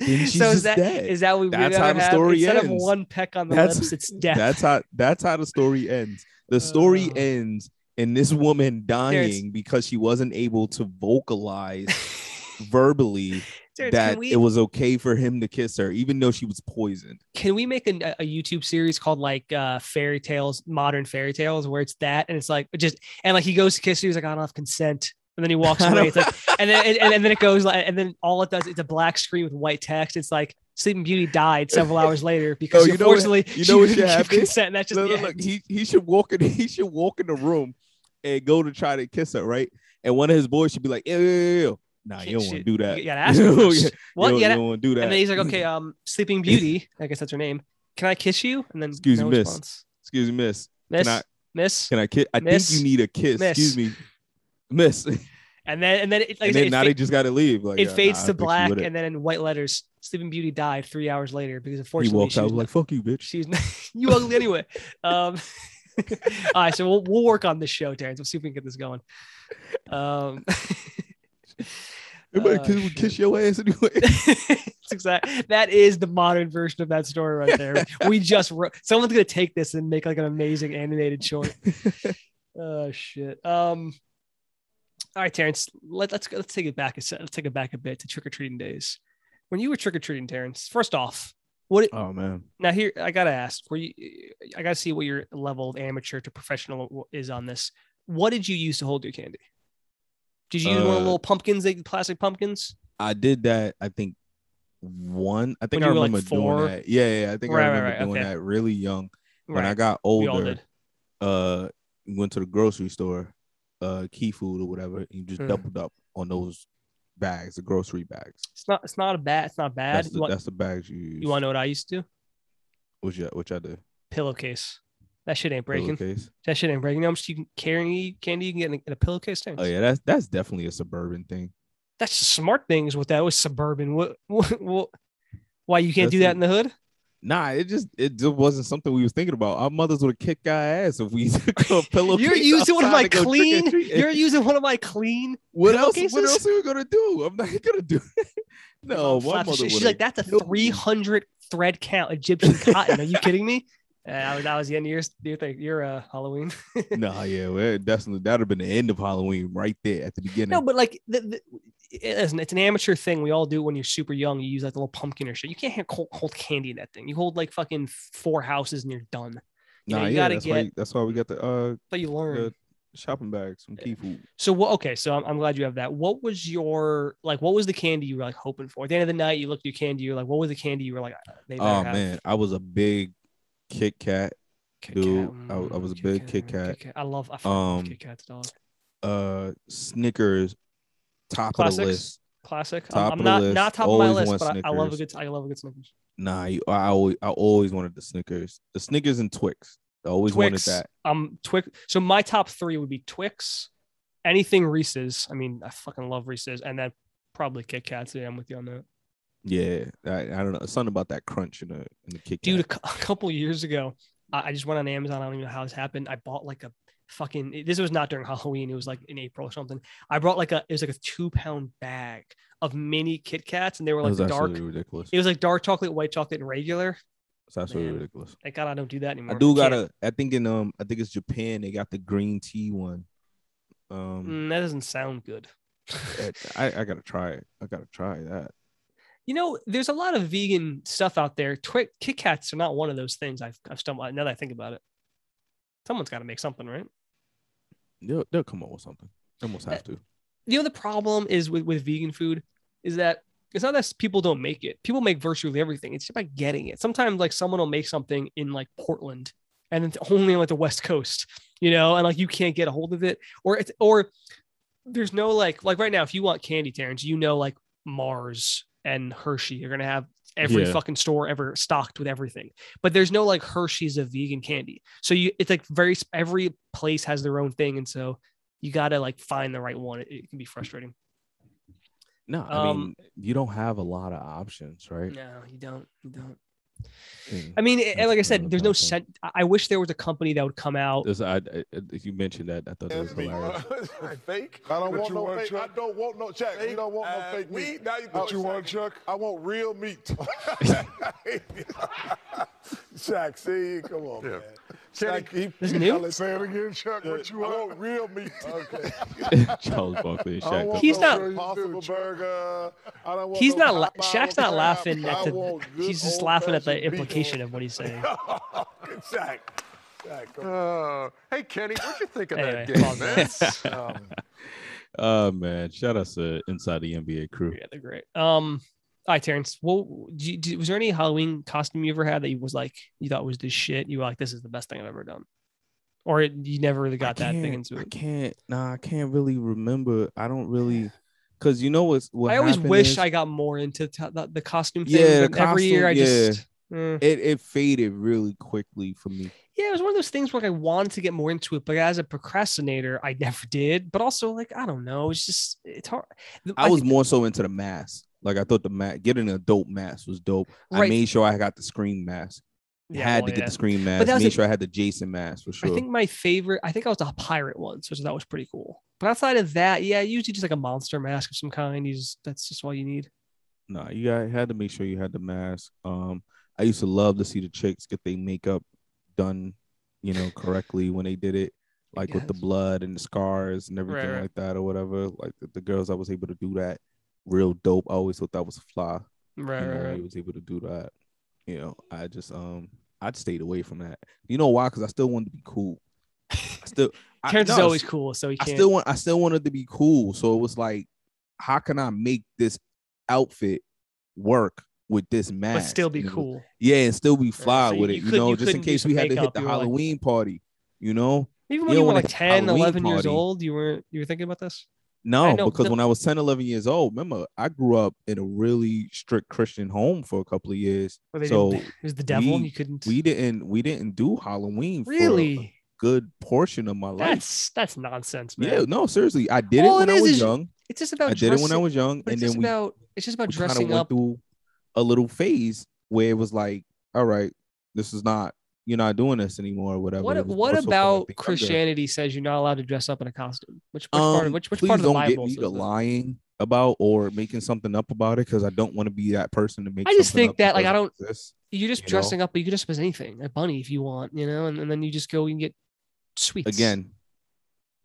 S2: Then she's
S1: so is
S2: just
S1: that is
S2: dead.
S1: that what we
S2: That's
S1: rather
S2: how the
S1: have?
S2: story
S1: instead of
S2: ends.
S1: one peck on the
S2: That's-
S1: lips, it's death.
S2: That's how that's how the story ends. The story
S1: Uh.
S2: ends in this woman dying because she wasn't able to vocalize verbally
S1: Terrence,
S2: that
S1: can we
S2: it was okay for him to kiss her, even though she was poisoned.
S1: can we make an- a, a YouTube series called like uh fairy tales, modern fairy tales, where it's that and it's like just and like he goes to kiss her, he's like, I don't have consent. And then he walks
S2: I
S1: away. It's
S2: don't-
S1: like, and then and, and then it goes like, and then all it does, it's a black screen with white text. It's like Sleeping Beauty died several hours later because
S2: Oh, you know what-
S1: unfortunately
S2: you
S1: she
S2: know what
S1: didn't
S2: should
S1: give
S2: happen?
S1: consent. And that's just
S2: Look,
S1: the
S2: look, look,
S1: end.
S2: he he should walk in he should walk in the room and go to try to kiss her, right? And one of his boys should be like, yo, yo, yo, yo. Nah, you don't want to
S1: Shit,
S2: do that.
S1: You gotta ask her
S2: You
S1: first.
S2: don't-
S1: What?
S2: you
S1: You gotta-
S2: don't want to do that.
S1: And then he's like, okay, um, Sleeping Beauty, I guess that's her name. Can I kiss you? And then
S2: Excuse
S1: no
S2: me, miss.
S1: response.
S2: Excuse me, miss.
S1: Miss,
S2: Can I
S1: miss.
S2: can I kiss? I
S1: Miss.
S2: think you need a kiss.
S1: Miss.
S2: Excuse me. Miss.
S1: And then and then it, like I
S2: and
S1: said,
S2: then
S1: it,
S2: now
S1: fa-
S2: they just gotta leave. Like,
S1: it
S2: yeah,
S1: fades to
S2: nah, I think she
S1: black,
S2: with it.
S1: and then in white letters, Sleeping Beauty died three hours later because
S2: he
S1: unfortunately
S2: walked
S1: she
S2: out
S1: was,
S2: like, "Fuck you, bitch."
S1: she's you ugly anyway. Um, all right, so we'll we'll work on this show, Terrence. We'll see if we can get this going. Um,
S2: Everybody
S1: Oh,
S2: kiss, would kiss your ass anyway.
S1: it's exact. That is the modern version of that story right there. We just wrote. Someone's gonna take this and make like an amazing animated short. oh shit. Um. All right, Terrence. Let, let's go- let's take it back a set. Let's take it back a bit to trick or treating days. When you were trick or treating, Terrence. First off, what? It,
S2: oh man,
S1: now here, I gotta ask. Were you? I gotta see what your level of amateur to professional is on this. What did you use to hold your candy? Did you use one of the
S2: Uh,
S1: little pumpkins, like plastic pumpkins?
S2: I did that. I think one. I think
S1: When
S2: I
S1: you were, like,
S2: remember
S1: four?
S2: doing that. Yeah, yeah. I think
S1: Right,
S2: I
S1: right,
S2: remember
S1: right,
S2: doing
S1: okay.
S2: that really young. When
S1: Right.
S2: I got
S1: We all
S2: older,
S1: did.
S2: uh went to the grocery store, uh key food or whatever, and you just
S1: Mm.
S2: doubled up on those bags, the grocery bags.
S1: It's not. It's not a bad. It's not bad.
S2: That's the,
S1: you, want,
S2: that's the bags you use.
S1: you want to know what I used to do?
S2: which I, which I do.
S1: Pillowcase. That shit ain't breaking.
S2: Pillowcase.
S1: That shit ain't breaking. You know how much you can carry candy you can get in a, in a pillowcase? Thing.
S2: Oh yeah, that's that's definitely a suburban thing.
S1: That's the smart things with that. It was suburban. What? What? what why you can't do that
S2: That's
S1: in the hood?
S2: Nah, it just it just wasn't something we was thinking about. Our mothers would kick our ass if we took a pillowcase.
S1: You're using one of
S2: outside
S1: my
S2: to go
S1: clean.
S2: trick-or-treating.
S1: You're using one of my clean.
S2: what else? What
S1: pillowcases?
S2: else are we gonna do? I'm not gonna do. It. no, my
S1: flaps
S2: mother
S1: of shit.
S2: would.
S1: She's like, that's a
S2: killed me."
S1: 300 thread count Egyptian cotton. Are you kidding me? Uh, that was- that was the end of your your, thing, your uh, Halloween.
S2: nah, yeah, well, that's that'd have been the end of Halloween right there at the beginning.
S1: No, but like, the, the, it isn't- it's an amateur thing. We all do it when you're super young. You use like the little pumpkin or shit. You can't ha- hold, hold candy in that thing. You hold like fucking four houses and you're done. you know,
S2: nah,
S1: you
S2: yeah,
S1: gotta
S2: that's why
S1: get-
S2: that's why we got the uh
S1: But you learn.
S2: the shopping bags, some key food.
S1: So what? Okay, so I'm, I'm glad you have that. What was your like? What was the candy you were like hoping for? At the end of the night, you looked at your candy. You're like, what was the candy you were like? "Ah, They better
S2: Oh
S1: have
S2: man, I was a big Kit Kat
S1: Kit
S2: dude,
S1: Kat,
S2: I- I
S1: mm,
S2: was a big Kit
S1: mm,
S2: Kat.
S1: I love. I fucking love
S2: Um,
S1: Kit Kat's dog.
S2: uh Snickers top of
S1: Classics?
S2: the list.
S1: Classic. I'm-
S2: top
S1: I'm,
S2: of the
S1: not
S2: list,
S1: not top of my
S2: always
S1: list,
S2: want
S1: but I, I love a
S2: Snickers.
S1: good. I love a good Snickers.
S2: Nah, you, I always I always wanted the Snickers. The Snickers and Twix. I always
S1: Twix.
S2: wanted that.
S1: Um, Twix. So my top three would be Twix, anything Reese's. I mean, I fucking love Reese's, and then probably Kit Kats. Yeah, I'm with you on that.
S2: Yeah. I, I don't know. Something about that crunch in the in the Kit Kat.
S1: dude a, cou- a couple years ago I, I just went on amazon i don't even know how this happened i bought like a fucking this was not during halloween it was like in april or something i brought like a it was like a two pound bag of mini kit kats and they were
S2: that
S1: like
S2: was
S1: the dark
S2: absolutely ridiculous.
S1: it was like dark chocolate white chocolate and regular
S2: It's absolutely
S1: Man.
S2: ridiculous.
S1: thank god i don't do that anymore
S2: I do
S1: can't.
S2: gotta I think in um I think it's Japan they got the green tea one. Um
S1: Mm, that doesn't sound good
S2: I, I gotta try it. I gotta try that.
S1: you know there's a lot of vegan stuff out there Twi- kit kats are not one of those things i've, I've stumbled now that i think about it someone's got to make something right
S2: They'll they'll come up with something. They Almost have to.
S1: you know the problem is with, with vegan food is that it's not that people don't make it people make virtually everything it's about getting it sometimes like someone will make something in like portland and it's only on like the west coast you know and like you can't get a hold of it or it's or there's no like like right now if you want candy terrence you know like mars and hershey you're gonna have every
S2: Yeah.
S1: fucking store ever stocked with everything but there's no like hershey's of vegan candy so you it's like very sp- every place has their own thing and so you gotta like find the right one. It, it can be frustrating.
S2: No, I
S1: Um,
S2: mean you don't have a lot of options, right?
S1: No, you don't. You don't.
S2: And-
S1: I mean, it, like
S2: That's
S1: I
S2: another
S1: said, there's no
S2: bad thing.
S1: set. I- I wish there was a company that would come out.
S2: This, I, I, if you mentioned that, I thought that was hilarious.
S4: fake.
S5: I don't
S4: But
S5: want
S4: you
S5: no
S4: want
S5: fake.
S4: Chuck?
S5: I don't want no Jack. We
S4: Fake
S5: don't want
S4: ass
S5: no fake
S4: meat.
S5: meat.
S4: Now you
S5: but
S4: thought
S5: you
S4: it
S5: want
S4: sounded-
S5: Chuck? I want real meat.
S4: Shaq, see, come on, man. Shaq, he,
S1: This
S4: he
S1: new?
S4: tell us-
S5: Say it again, Chuck. What you
S4: I
S5: want?
S4: want real meat. Okay.
S2: Charles Barkley and
S5: I don't
S2: Shaq.
S5: want
S1: He's
S5: no
S1: not-
S5: frozen
S4: Possible
S5: food, Chuck.
S4: burger.
S5: I don't want
S1: He's
S5: no
S1: not. La-
S5: Popeye
S1: Shaq's
S5: with
S1: not
S5: crab.
S1: laughing
S5: I
S1: at the.
S5: want good
S1: He's just laughing at the
S5: old-fashioned beef.
S1: implication of what he's saying.
S4: Shaq. Shaq, come on. Oh,
S5: Uh, hey Kenny, what you think of Um,
S1: Anyway,
S5: that game,
S1: pause
S5: man?
S1: that.
S2: Oh man, shout out to Inside the NBA crew.
S1: yeah, they're great. Um, all right, Terrence. Well, do you, do, was there any Halloween costume you ever had that you was like you thought was the shit? You were like, this is the best thing I've ever done, or you never really got that thing into
S2: I
S1: it.
S2: can't. Nah, I can't really remember. I don't really, cause you know what's. What
S1: I always
S2: happened
S1: wish
S2: is
S1: I got more into t- the, the costume thing.
S2: Yeah,
S1: but
S2: the
S1: every year I
S2: costume, yeah.
S1: just. eh.
S2: It it faded really quickly for me.
S1: yeah, it was one of those things where like, I wanted to get more into it, but as a procrastinator, I never did. But also, like, I don't know, it's just it's hard. The-
S2: I was
S1: think-
S2: more so into the mask. Like I thought the mask, getting an adult mask was dope. I
S1: Right.
S2: made sure I got the screen mask. had
S1: well,
S2: to get
S1: yeah.
S2: the screen
S1: that
S2: mask.
S1: was
S2: Made
S1: the-
S2: sure I had the Jason mask for
S1: I
S2: sure.
S1: think my favorite, I think I was a pirate once, which that was pretty cool. But outside of that, yeah, usually just like a monster mask of some kind. You just that's just all you need.
S2: Nah, you got, had to make sure you had the mask. Um, I used to love to see the chicks get their makeup done, you know, correctly when they did it, like with the
S1: guess.
S2: blood and the scars and everything
S1: right.
S2: like that or whatever. Like the, the girls, I was able to do that. Real dope. I always thought that was fly.
S1: Right,
S2: you know,
S1: right,
S2: when
S1: right.
S2: he was able to do that. You know, I just um, I stayed away from that. You know why? Because I still wanted to be cool. I still, I,
S1: Terrence is
S2: no,
S1: always cool, so he
S2: I
S1: can't.
S2: still want I still wanted to be cool. So it was like, how can I make this outfit work with this mask?
S1: but still be
S2: And it was-
S1: cool.
S2: yeah, and still be
S1: so
S2: fly with
S1: you-
S2: it.
S1: you
S2: You,
S1: couldn't-
S2: know,
S1: you
S2: just in
S1: couldn't do
S2: case
S1: some
S2: we had to
S1: makeup,
S2: hit the
S1: you were like-
S2: Halloween party. You know,
S1: Even when
S2: Yeah,
S1: you were
S2: when
S1: like
S2: it's
S1: 10,
S2: Halloween
S1: 11 years
S2: party.
S1: old, you were you were thinking about this?
S2: no,
S1: know,
S2: because
S1: no.
S2: when I was 10, 11 years old, remember I grew up in a really strict Christian home for a couple of years.
S1: Or they
S2: So
S1: didn't, it was the devil.
S2: we-
S1: you couldn't
S2: We didn't we didn't do Halloween for a
S1: really.
S2: good portion of my life.
S1: That's that's nonsense, man.
S2: yeah, no, seriously. I did
S1: All
S2: it when
S1: it
S2: I
S1: is
S2: was
S1: is
S2: young.
S1: It's just
S2: I
S1: about
S2: did
S1: dressing.
S2: it when I was young.
S1: but it's
S2: and then
S1: just
S2: we
S1: about it's just about
S2: we kind of
S1: dressing
S2: went
S1: up.
S2: through a little phase where it was like, all right, this is not you're not doing this anymore or whatever. It
S1: What
S2: was
S1: what
S2: more so for, like,
S1: about
S2: the younger-
S1: Christianity says you're not allowed to dress up in a costume? Which which part
S2: Um,
S1: of, which which
S2: please
S1: part of the
S2: don't
S1: Bible?
S2: get me
S1: says
S2: to
S1: that?
S2: lying about or making something up about it because I don't want to be that person to make.
S1: I just
S2: something
S1: think
S2: up
S1: that, like, I
S2: doesn't exist.
S1: You're just
S2: you know?
S1: dressing up, but you can dress up as anything, a bunny if you want, you know, and, and then you just go and get sweets
S2: again.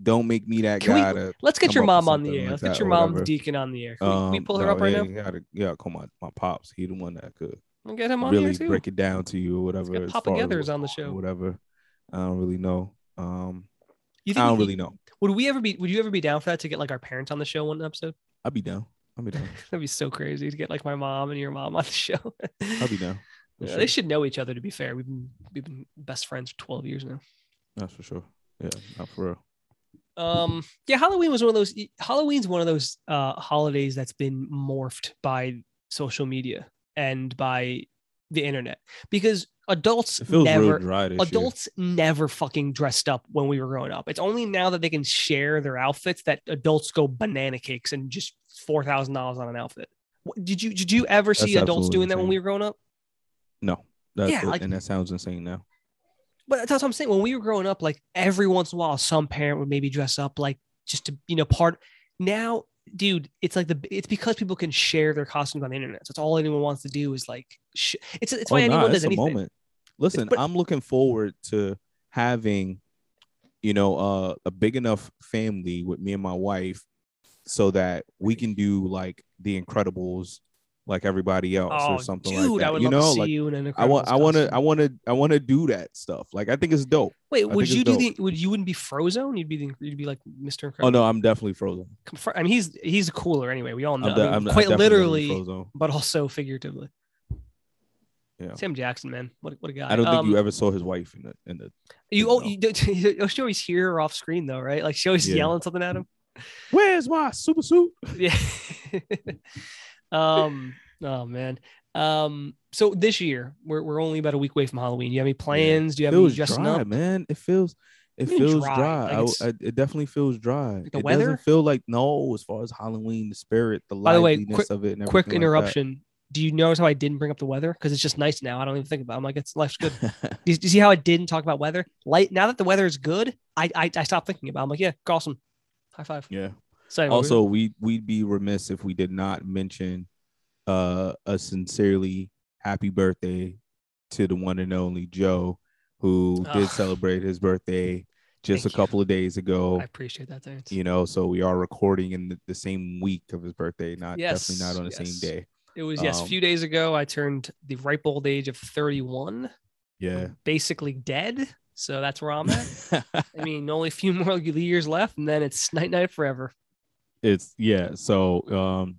S2: Don't make me that
S1: Can we-
S2: guy. to,
S1: Let's get
S2: come
S1: your
S2: up with
S1: mom on the
S2: something
S1: air.
S2: like
S1: Let's
S2: that
S1: get your
S2: or
S1: mom
S2: whatever.
S1: Deacon on the air. Can we- we,
S2: um,
S1: pull her
S2: no,
S1: up right
S2: yeah,
S1: now?
S2: you gotta- yeah, come on, my pops. He the one that could
S1: We'll get him on the
S2: really
S1: air too.
S2: break it down to you or whatever.
S1: get
S2: as
S1: Papa
S2: far as
S1: Gethers
S2: what's
S1: on the
S2: going on
S1: show.
S2: or whatever. I don't really know. Um,
S1: You think
S2: I don't
S1: we-
S2: really know.
S1: would we ever be would you ever be down for that to get like our parents on the show one episode?
S2: I'd be down. I'd be down.
S1: That'd be so crazy to get like my mom and your mom on the show.
S2: I'd be down. For
S1: Yeah,
S2: sure.
S1: They should know each other. To be fair, we've been we've been best friends for twelve years now.
S2: That's for sure. Yeah, not for real.
S1: Um, yeah, Halloween was one of those. Halloween's one of those uh, holidays that's been morphed by social media and by the internet because adults
S2: It feels real
S1: never
S2: dry this year.
S1: adults never fucking dressed up when we were growing up. It's only now that they can share their outfits that adults go banana cakes and just four thousand dollars on an outfit. What, did you did you ever see
S2: That's
S1: adults
S2: absolutely
S1: doing that when
S2: insane.
S1: we were growing up?
S2: No, that's
S1: Yeah, like-
S2: and that sounds insane now.
S1: But that's what I'm saying. When we were growing up, like every once in a while, some parent would maybe dress up like just to you know part. Now, dude, it's like the it's because people can share their costumes on the internet. So it's all anyone wants to do is like sh- it's it's why
S2: Oh, nah,
S1: anyone does
S2: it's a
S1: anything.
S2: moment. Listen,
S1: but-
S2: I'm looking forward to having, you know, uh, a big enough family with me and my wife, so that we can do like the Incredibles, like everybody else,
S1: Oh,
S2: or something
S1: dude,
S2: like that.
S1: I would
S2: you
S1: love
S2: know,
S1: to see
S2: like
S1: you in an
S2: I want,
S1: Incredibles
S2: I want to,
S1: costume.
S2: I want to, I want to do that stuff. Like I think it's dope.
S1: Wait,
S2: think
S1: would
S2: it's
S1: you do
S2: dope.
S1: the? Would you wouldn't be Frozone? You'd be the, you'd be like Mr.
S2: Oh
S1: Incredible.
S2: no, I'm definitely frozen.
S1: I mean, he's he's cooler anyway. We all know.
S2: I'm
S1: I
S2: de-
S1: mean,
S2: I'm- I'm
S1: quite
S2: definitely gonna be
S1: literally,
S2: Frozone.
S1: but also figuratively.
S2: Yeah.
S1: Sam Jackson, man, what, what a guy.
S2: I don't
S1: Um,
S2: think you ever saw his wife in the in the.
S1: You
S2: didn't
S1: oh,
S2: know.
S1: you, don't- she always hear her off screen though, right? Like she always
S2: Yeah.
S1: yelling something at him.
S2: Where's my super suit?
S1: Yeah. um. Oh man. Um. So this year we're we're only about a week away from Halloween. Do you have any plans? Do you have any
S2: feels
S1: dressing
S2: dry,
S1: up?
S2: man. It feels
S1: What
S2: it
S1: do you mean
S2: feels
S1: dry?
S2: dry.
S1: Like
S2: I w-
S1: it's-
S2: I- it definitely feels dry.
S1: the
S2: it
S1: weather?
S2: doesn't feel like no. As far as Halloween, the spirit, the
S1: By the way,
S2: liveliness
S1: quick-
S2: of it. And
S1: Quick
S2: everything like that.
S1: interruption. Do you notice how I didn't bring up the weather? Because it's just nice now. I don't even think about. It. I'm like, it's life's good. Do you, do you see how I didn't talk about weather? Light. Now that the weather is good, I I, I stopped thinking about. It. I'm like, yeah, awesome. High five.
S2: yeah.
S1: So anyway,
S2: Also, we we'd be remiss if we did not mention uh, a sincerely happy birthday to the one and only Joe, who
S1: Ugh.
S2: did celebrate his birthday just
S1: Thank
S2: a
S1: you.
S2: couple of days ago.
S1: I appreciate that, Terrence.
S2: you know, so we are recording in the, the same week of his birthday, not definitely
S1: Yes,
S2: not on the
S1: yes.
S2: same day.
S1: It was yes. A
S2: Um,
S1: few days ago, I turned the ripe old age of 31.
S2: Yeah.
S1: basically dead. So that's where I'm at. I mean, only a few more years left, and then it's night night forever.
S2: it's yeah. So um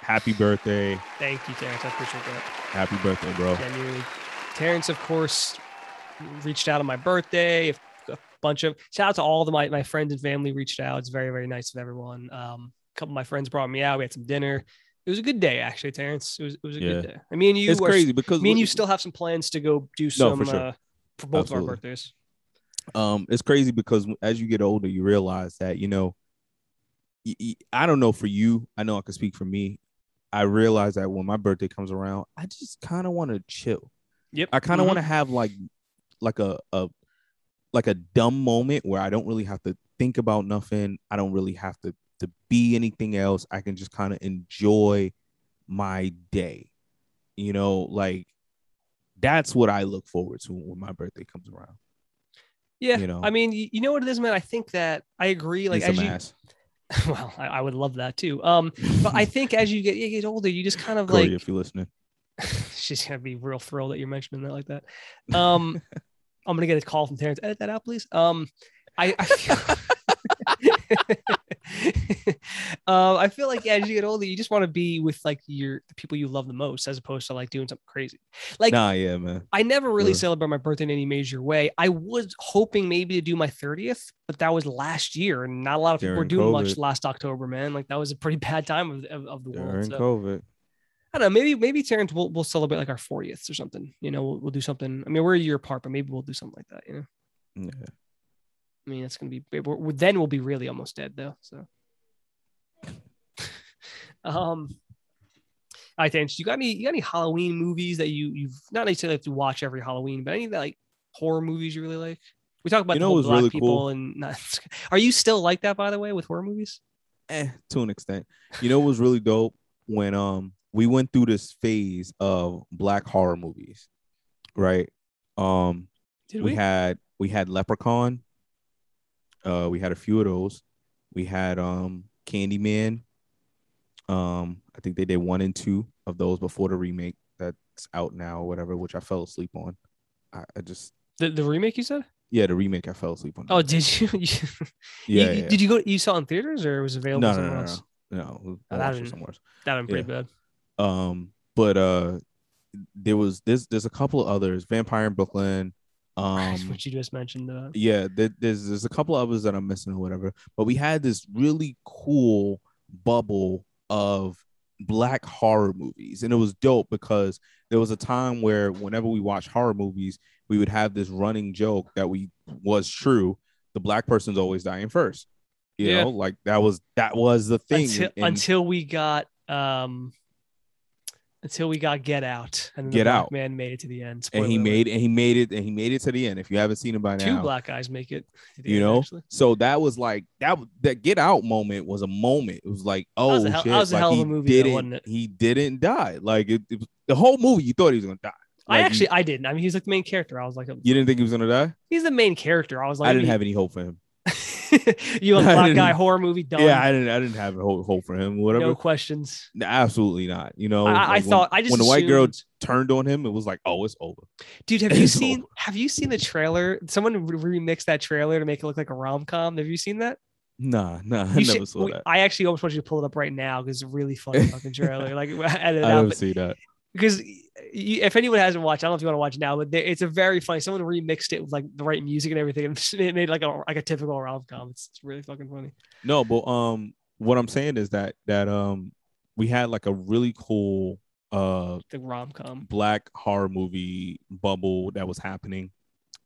S2: happy birthday.
S1: Thank you, Terrence. I appreciate that.
S2: Happy birthday, bro.
S1: Genuinely. Terrence, of course, reached out on my birthday. If a bunch of shout out to all of my, my friends and family reached out. It's very, very nice of everyone. Um, a couple of my friends brought me out. We had some dinner. It was a good day, actually, Terrence. It was, it was a good
S2: Yeah.
S1: day. I mean, you
S2: it's
S1: are-
S2: crazy because
S1: Me and
S2: look-
S1: you still have some plans to go do
S2: No,
S1: some
S2: for sure.
S1: uh, for both of
S2: Absolutely.
S1: our birthdays.
S2: um it's crazy because as you get older, you realize that, you know, y- y- I don't know for you. I know I can speak for me. I realize that when my birthday comes around, I just kind of want to chill.
S1: Yep. Mm-hmm.
S2: I kind of want to have like like a, a like a dumb moment where I don't really have to think about nothing. I don't really have to to be anything else. I can just kind of enjoy my day. You know, like that's what I look forward to when my birthday comes around.
S1: Yeah,
S2: you know.
S1: I mean, you, you know what it is, man. I think that I agree. Like,
S2: Eat
S1: as
S2: some
S1: you,
S2: ass.
S1: well, I, I would love that too. Um, but I think as you get you get older, you just kind of
S2: Corey,
S1: like
S2: if you're listening,
S1: she's gonna be real thrilled that you're mentioning that like that. Um, I'm gonna get a call from Terrence. Edit that out, please. Um, I, I feel uh, I feel like as you get older, you just want to be with like your the people you love the most, as opposed to like doing something crazy. Like
S2: nah, yeah, man.
S1: I never really
S2: Yeah.
S1: celebrate my birthday in any major way. I was hoping maybe to do my 30th, but that was last year, and not a lot of people were
S2: During
S1: doing much
S2: COVID.
S1: last October, man. Like that was a pretty bad time of, of, of the world.
S2: During
S1: So
S2: COVID.
S1: I don't know. Maybe maybe Terrence will we'll celebrate like our 40th or something. You know, we'll, we'll do something. I mean, we're a year apart, but maybe we'll do something like that. You know,
S2: Yeah.
S1: I mean, that's gonna be we're, we're- then we'll be really almost dead though. So, um, all right, Terrence, you got any you got any Halloween movies that you you've not necessarily have to watch every Halloween, but any like horror movies you really like? We talk about
S2: You
S1: the
S2: know
S1: whole
S2: what's
S1: black
S2: really
S1: people
S2: cool?
S1: and not, are you still like that by the way with horror movies?
S2: eh, to an extent. You know what was really dope when um we went through this phase of black horror movies, right? Um,
S1: Did
S2: we
S1: we?
S2: had we had Leprechaun. Uh, we had a few of those. We had um Candyman. Um, I think they did one and two of those before the remake that's out now or whatever, which I fell asleep on. I, I just
S1: the, the remake you said?
S2: yeah, the remake I fell asleep on.
S1: Oh, did you? you
S2: yeah,
S1: you-
S2: yeah, yeah.
S1: Did you go? You saw it in theaters or it was available
S2: no, no,
S1: somewhere
S2: no, no,
S1: else?
S2: no, no,
S1: Oh,
S2: no,
S1: that
S2: no,
S1: didn't-
S2: somewhere.
S1: That would be pretty bad.
S2: um but uh there was this there's a couple of others vampire in brooklyn
S1: That's
S2: um
S1: what you just mentioned. Uh,
S2: yeah there, there's there's a couple of others that i'm missing or whatever but we had this really cool bubble of black horror movies and it was dope because there was a time where whenever we watched horror movies we would have this running joke that we was true the black person's always dying first you
S1: Yeah.
S2: know like that was that was the thing
S1: until,
S2: and-
S1: until we got um until we got Get Out and then the
S2: Get
S1: black
S2: Out.
S1: man made it to the end.
S2: and he
S1: Spoiler
S2: made and he made it and he made it to the end. If you haven't seen it by
S1: alert.
S2: now,
S1: two black guys make it. to the
S2: you
S1: end,
S2: know.
S1: actually.
S2: So that was like that. That Get Out moment was a moment. It was like, oh
S1: was a hell-
S2: shit,
S1: that was a
S2: like,
S1: hell of
S2: he
S1: a movie though,
S2: didn't-
S1: wasn't it?
S2: He didn't die. Like it, it was, the whole movie, you thought he was gonna die.
S1: I
S2: Like, you-
S1: actually I didn't. I mean, he's like the main character. I was like,
S2: you, didn't think he was gonna die.
S1: he's the main character. I was like,
S2: I didn't have any hope for him.
S1: have you a
S2: I
S1: black
S2: didn't-
S1: guy horror movie. Done.
S2: Yeah, I didn't. I didn't have a hope, hope for him. Whatever.
S1: no questions.
S2: No, Absolutely not. You know,
S1: I, I
S2: like, when-
S1: thought I just
S2: when the white girl
S1: assumed-
S2: turned on him, it was like, oh, it's over.
S1: Dude, have you
S2: It's
S1: seen
S2: over.
S1: have you seen the trailer? Someone re- remixed that trailer to make it look like a rom com. Have you seen that?
S2: Nah, nah. I
S1: You
S2: never
S1: should-
S2: saw
S1: we-
S2: that.
S1: I actually almost want you to pull it up right now because it's a really funny fucking trailer. Like edit it
S2: I
S1: out,
S2: never
S1: but
S2: see that.
S1: because y- you, if anyone hasn't watched, I don't know if you want to watch it now, but they, it's a very funny. Someone remixed it with like the right music and everything, and it made like a like a typical rom com. It's, it's really fucking funny.
S2: No, but um, what I'm saying is that that um, we had like a really cool uh
S1: The rom com.
S2: black horror movie bubble that was happening,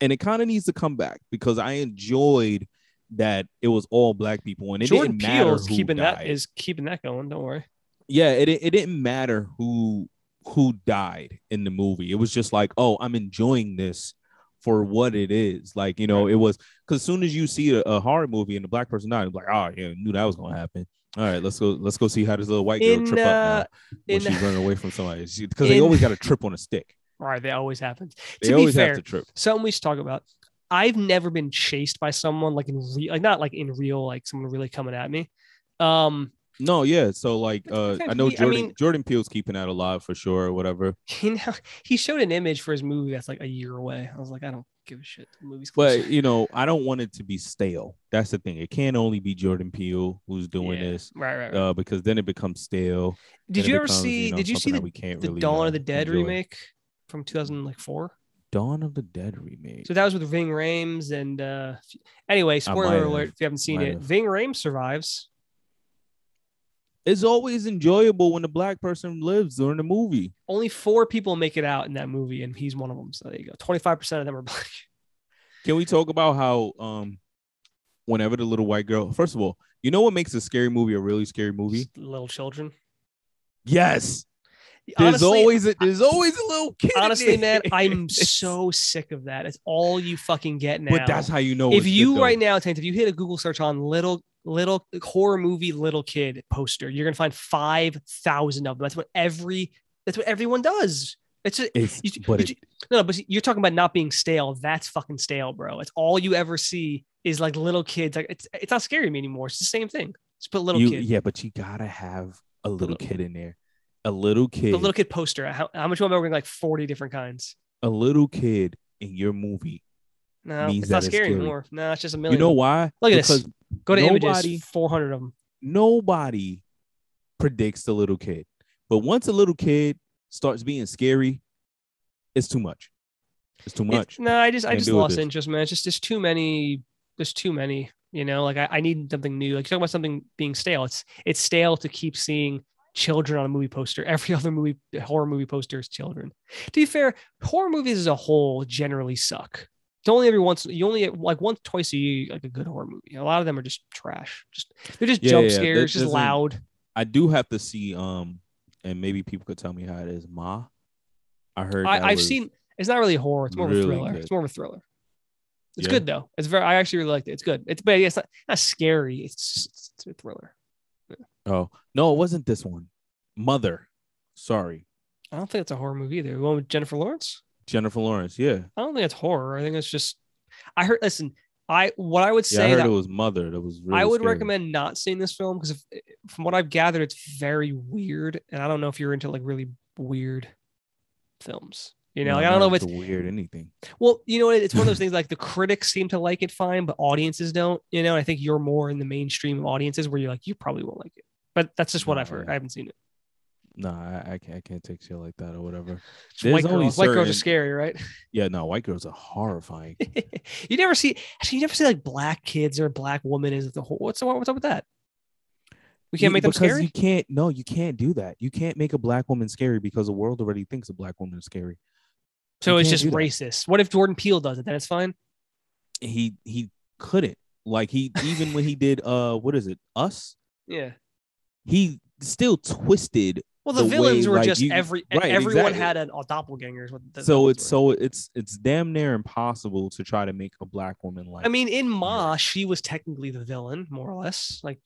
S2: and it kind of needs to come back because I enjoyed that it was all black people and it
S1: Jordan
S2: didn't matter
S1: Peele's
S2: who
S1: keeping that
S2: died.
S1: is keeping that going. Don't worry.
S2: yeah, it it didn't matter who who died in the movie. It was just like, oh, I'm enjoying this for what it is. Like you know, it was because as soon as you see a, a horror movie and the black person died, it's like, oh yeah, knew that was gonna happen. All right, let's go. Let's go see how this little white girl
S1: In, uh,
S2: trip up now
S1: in-
S2: when she's running away from somebody because they
S1: in-
S2: always got a trip on a stick.
S1: All right, that always happens.
S2: They
S1: to be
S2: always
S1: fair,
S2: have to trip.
S1: something we should talk about. I've never been chased by someone like in real, like not like in real, like someone really coming at me. Um,
S2: No, yeah. So like,
S1: It's
S2: uh,
S1: okay.
S2: I know
S1: He- I
S2: Jordan
S1: mean-
S2: Jordan Peele's keeping that alive for sure or whatever.
S1: he now he showed an image for his movie that's like a year away. I was like, I don't give a shit. The movie's close.
S2: But you know, I don't want it to be stale. That's the thing. It can't only be Jordan Peele who's doing
S1: Yeah.
S2: this.
S1: right, right, right.
S2: uh, because then it becomes stale.
S1: did
S2: then
S1: you
S2: it
S1: ever
S2: becomes,
S1: see?
S2: know,
S1: did you see
S2: something that
S1: the
S2: we can't
S1: the
S2: really,
S1: Dawn
S2: uh,
S1: of the Dead
S2: enjoy.
S1: remake from 2004.
S2: Dawn of the Dead remake.
S1: So that was with Ving Rhames and uh f- anyway,
S2: might
S1: spoiler
S2: have.
S1: alert if you haven't seen
S2: Might
S1: it.
S2: have.
S1: Ving Rhames survives.
S2: it's always enjoyable when the black person lives during the movie.
S1: Only four people make it out in that movie, and he's one of them. So there you go. 25% of them are black.
S2: Can we talk about how um whenever the little white girl first of all, you know what makes a scary movie a really scary movie?
S1: Just little children.
S2: Yes. There's
S1: Honestly,
S2: always a there's always a little kid. in
S1: honestly, man,
S2: there.
S1: I'm
S2: It's-
S1: so sick of that. It's all you fucking get now.
S2: But that's how you know
S1: if you right now, Tank, if you hit a Google search on little little horror movie little kid poster, you're gonna find five thousand of them. That's what every that's what everyone does. It's a,
S2: it's,
S1: you-
S2: but
S1: you-
S2: it,
S1: no, no, but you're talking about not being stale. That's fucking stale, bro. It's all you ever see is like little kids. Like it's it's not scary to me anymore. It's the same thing. Just put little
S2: you,
S1: kid,
S2: yeah, but you gotta have a little
S1: Little-
S2: kid in there. A little
S1: the
S2: kid.
S1: little kid poster. How, how much am I ordering? Like forty different kinds.
S2: a little kid in your movie.
S1: No,
S2: Means
S1: it's not
S2: that it's
S1: scary
S2: scary.
S1: anymore. No, it's just a
S2: You
S1: million.
S2: know why?
S1: Look at this. Go to
S2: nobody-
S1: images. Four hundred of them.
S2: nobody predicts the little kid. But once a little kid starts being scary, it's too much. It's too
S1: It-
S2: much.
S1: no, I just I
S2: Can't
S1: just
S2: deal with
S1: lost
S2: this.
S1: interest, man. It's just there's too many. There's too many. You know, like I, I need something new. Like you're talking about something being stale. It's it's stale to keep seeing children on a movie poster. Every other movie horror movie poster is children. To be fair, horror movies as a whole generally suck. It's only every once you only like once twice a year you get, like a good horror movie. A lot of them are just trash. Just they're just
S2: Yeah,
S1: jump
S2: yeah, yeah. That
S1: scares, just
S2: doesn't-
S1: loud.
S2: I do have to see um, and maybe people could tell me how it is. Ma, I heard. that
S1: I, I've
S2: was-
S1: seen. It's not really horror. It's more of a
S2: really
S1: thriller.
S2: good.
S1: It's more of a thriller. It's
S2: Yeah.
S1: good though. It's very. I actually really liked it. It's good. It's but it's not, not scary. It's just, it's a thriller.
S2: Oh no, it wasn't this one. Mother, sorry,
S1: I don't think it's a horror movie either. The one with Jennifer Lawrence.
S2: Jennifer Lawrence. Yeah,
S1: I don't think it's horror. I think it's just. I heard. Listen, I what I would
S2: yeah I
S1: say
S2: heard
S1: that
S2: it was Mother. That was. Really
S1: I would
S2: scary.
S1: recommend not seeing this film because from what I've gathered, it's very weird, and I don't know if you're into like really weird films. You know,
S2: No,
S1: like, I don't
S2: not
S1: know if it's
S2: into weird anything.
S1: Well, you know, what? it's one of those things like the critics seem to like it fine, but audiences don't. You know, I think you're more in the mainstream of audiences where you're like, you probably won't like it. But that's just what I've heard.
S2: Yeah.
S1: I haven't seen it.
S2: Nah, I, I can't. I can't take shit like that or whatever.
S1: It's
S2: There's
S1: white
S2: only
S1: girls. White girls are
S2: certain-
S1: scary, right?
S2: Yeah, no, white girls are horrifying.
S1: you never see. Actually, you never see like black kids or black woman is the whole. What's the what's up with that? We can't
S2: You-
S1: make them
S2: because
S1: scary.
S2: You can't. No, you can't do that. You can't make a black woman scary because the world already thinks a black woman is scary.
S1: so it's
S2: can't
S1: just
S2: do that.
S1: racist. What if Jordan Peele does it? Then it's fine.
S2: He he couldn't. Like he even when he did uh what is it us
S1: Yeah.
S2: he still twisted.
S1: Well, the,
S2: The
S1: villains
S2: way,
S1: were
S2: like,
S1: just
S2: you-
S1: every
S2: right,
S1: everyone
S2: exactly.
S1: had an, a doppelganger. Is what the
S2: so
S1: villains
S2: it's
S1: were.
S2: so it's it's damn near impossible to try to make a black woman like.
S1: I mean, in Ma, she was technically the villain, more or less. Like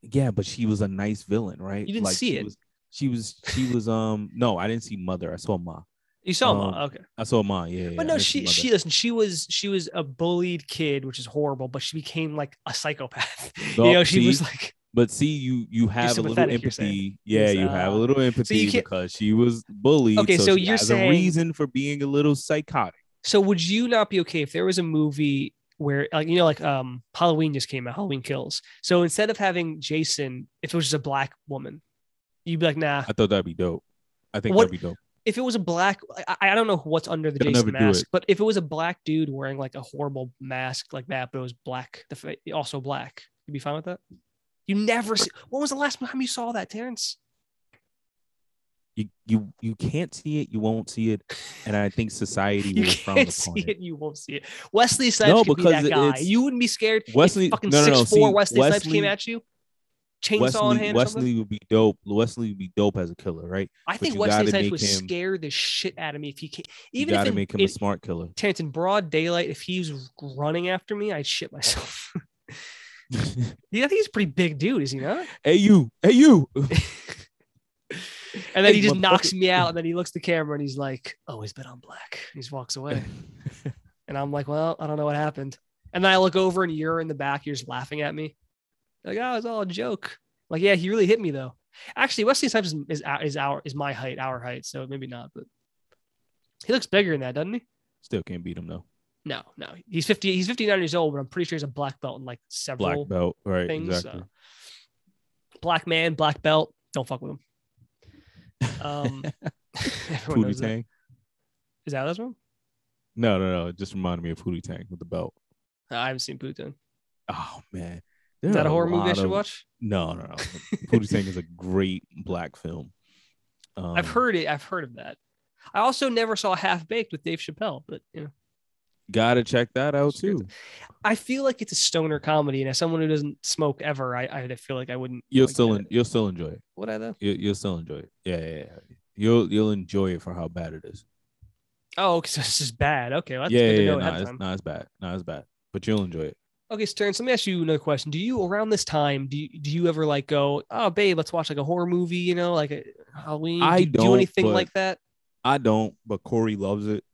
S2: yeah, but she was a nice villain, right?
S1: You didn't
S2: Like,
S1: see
S2: she
S1: it.
S2: Was, she was she was um no, I didn't see mother. I saw ma.
S1: you saw
S2: Um,
S1: Ma, okay.
S2: I saw ma. Yeah, yeah,
S1: but
S2: I
S1: no,
S2: didn't see
S1: she
S2: Mother.
S1: she listen. She was she was a bullied kid, which is horrible. But she became like a psychopath. you
S2: Nope,
S1: know, she was
S2: see?
S1: like
S2: But see, you you have a little
S1: sympathetic, you're saying.
S2: empathy. Yeah,
S1: Yes,
S2: you have a
S1: uh,
S2: little empathy
S1: can't-
S2: because she was bullied.
S1: Okay, so
S2: she
S1: you're
S2: has
S1: saying-
S2: a reason for being a little psychotic.
S1: So would you not be okay if there was a movie where like you know like um Halloween just came out, Halloween Kills. So instead of having Jason, if it was just a black woman, you'd be like, nah.
S2: I thought that'd be dope. I think
S1: What-
S2: that'd be dope.
S1: If it was a black, I, I don't know what's under the
S2: They'll
S1: Jason
S2: never do
S1: mask,
S2: it.
S1: but if it was a black dude wearing like a horrible mask like that, but it was black, the fa- also black, you'd be fine with that. You never see. When was the last time you saw that, Terrence?
S2: You you you can't see it, you won't see it, and I think society
S1: You
S2: will frown upon
S1: can't see
S2: it.
S1: it. You won't see it. Wesley Snipes
S2: No,
S1: could be
S2: because
S1: that
S2: it-
S1: guy.
S2: it's-
S1: You wouldn't be scared. if
S2: Wesley-
S1: fucking
S2: no, no, no,
S1: six four
S2: see,
S1: Wesley, Snipes came
S2: Wesley-
S1: at you. Chainsaw in
S2: Wesley
S1: hand. or something.
S2: Wesley would be dope. Wesley would be dope as a killer, right?
S1: I think
S2: you
S1: Wesley
S2: gotta
S1: Snipes
S2: make
S1: would
S2: him-
S1: scare the shit out of me if he came.
S2: You
S1: Even if
S2: gotta
S1: in,
S2: make him
S1: in,
S2: a smart killer.
S1: Terrence, in broad daylight, if he was running after me, I'd shit myself. yeah, I think he's a pretty big dude, is he not?
S2: hey you, hey you.
S1: And then he
S2: Hey,
S1: just knocks
S2: motherfucker.
S1: me out, and then he looks at the camera and he's like, "Oh, he's been on black." He just walks away, and I'm like, "Well, I don't know what happened." And then I look over, and you're in the back. You're just laughing at me, like, "Oh, it's all a joke." Like, yeah, he really hit me though. Actually, Wesley Snipes is is, our- is our is my height, our height, so maybe not, but he looks bigger than that, doesn't he?
S2: Still can't beat him though.
S1: No, no. He's 50. He's 59 years old, but I'm pretty sure he's a black belt in like
S2: Black
S1: several
S2: belt, right?
S1: things.
S2: Exactly.
S1: uh, black man, black belt. Don't fuck with him. Um, everyone
S2: Pootie
S1: knows that.
S2: Tang.
S1: Is that this one?
S2: No, no, no. It just reminded me of Pootie Tang with the belt.
S1: I haven't seen Pootie Tang.
S2: Oh man. There
S1: Is that
S2: are
S1: a horror movie I
S2: lot
S1: should
S2: of-
S1: watch?
S2: No, no, no. Pootie Tang is a great black film. Um,
S1: I've heard it. I've heard of that. I also never saw Half Baked with Dave Chappelle, but you know,
S2: Gotta check that out
S1: Sure.
S2: too.
S1: I feel like it's a stoner comedy, and as someone who doesn't smoke ever, I I feel like I wouldn't.
S2: You'll
S1: like
S2: still
S1: get
S2: en-
S1: it.
S2: you'll still enjoy it.
S1: Would I though?
S2: You, you'll still enjoy it. Yeah, yeah, yeah. You'll you'll enjoy it for how bad it is.
S1: Oh, okay, so this is bad. Okay, well, that's
S2: yeah,
S1: good
S2: yeah,
S1: to
S2: yeah.
S1: know ahead
S2: Nah,
S1: of
S2: it's,
S1: time.
S2: nah, it's bad. Nah, it's bad. But you'll enjoy it.
S1: Okay, Sterns, let me ask you another question. Do you around this time do you, do you ever like go, oh babe, let's watch like a horror movie, you know, like a Halloween?
S2: I
S1: do, you do
S2: don't,
S1: anything
S2: but-
S1: like that?
S2: I don't, but Corey loves it.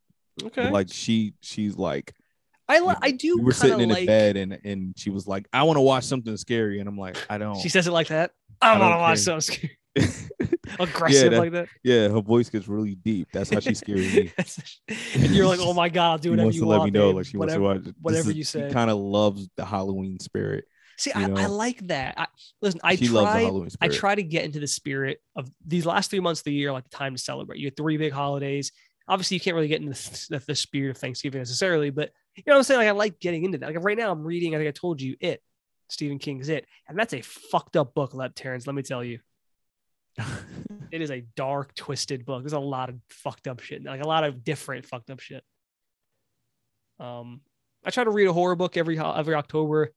S1: Okay,
S2: Like she she's like
S1: I li-
S2: know,
S1: I do.
S2: we were
S1: kinda
S2: sitting in
S1: like,
S2: the bed and and she was like, I want to watch something scary. And I'm like, I don't
S1: She says it like that. I,
S2: I
S1: want to
S2: don't
S1: watch
S2: care.
S1: something scary. aggressive
S2: that-
S1: like that.
S2: yeah, her voice gets really deep. That's how she scares me.
S1: and you're like, oh my god, I'll do
S2: she
S1: whatever
S2: wants
S1: you
S2: to
S1: want.
S2: let me know
S1: babe,
S2: like she
S1: whatever.
S2: wants to watch
S1: whatever you say.
S2: kind of loves the Halloween spirit.
S1: See,
S2: You
S1: I, I
S2: know?
S1: like that. I, listen, I
S2: she loves the
S1: try.
S2: Halloween
S1: I
S2: spirit.
S1: try to get into the spirit of these last three months of the year, like the time to celebrate. You have three big holidays. Obviously, you can't really get into the, the spirit of Thanksgiving necessarily, but you know what I'm saying? Like, I like getting into that. Like, right now, I'm reading, I think I told you, It, Stephen King's It. And that's a fucked up book, Lep Terrence, let me tell you. It is a dark, twisted book. There's a lot of fucked up shit, in there, like a lot of different fucked up shit. Um, I try to read a horror book every ho- every October.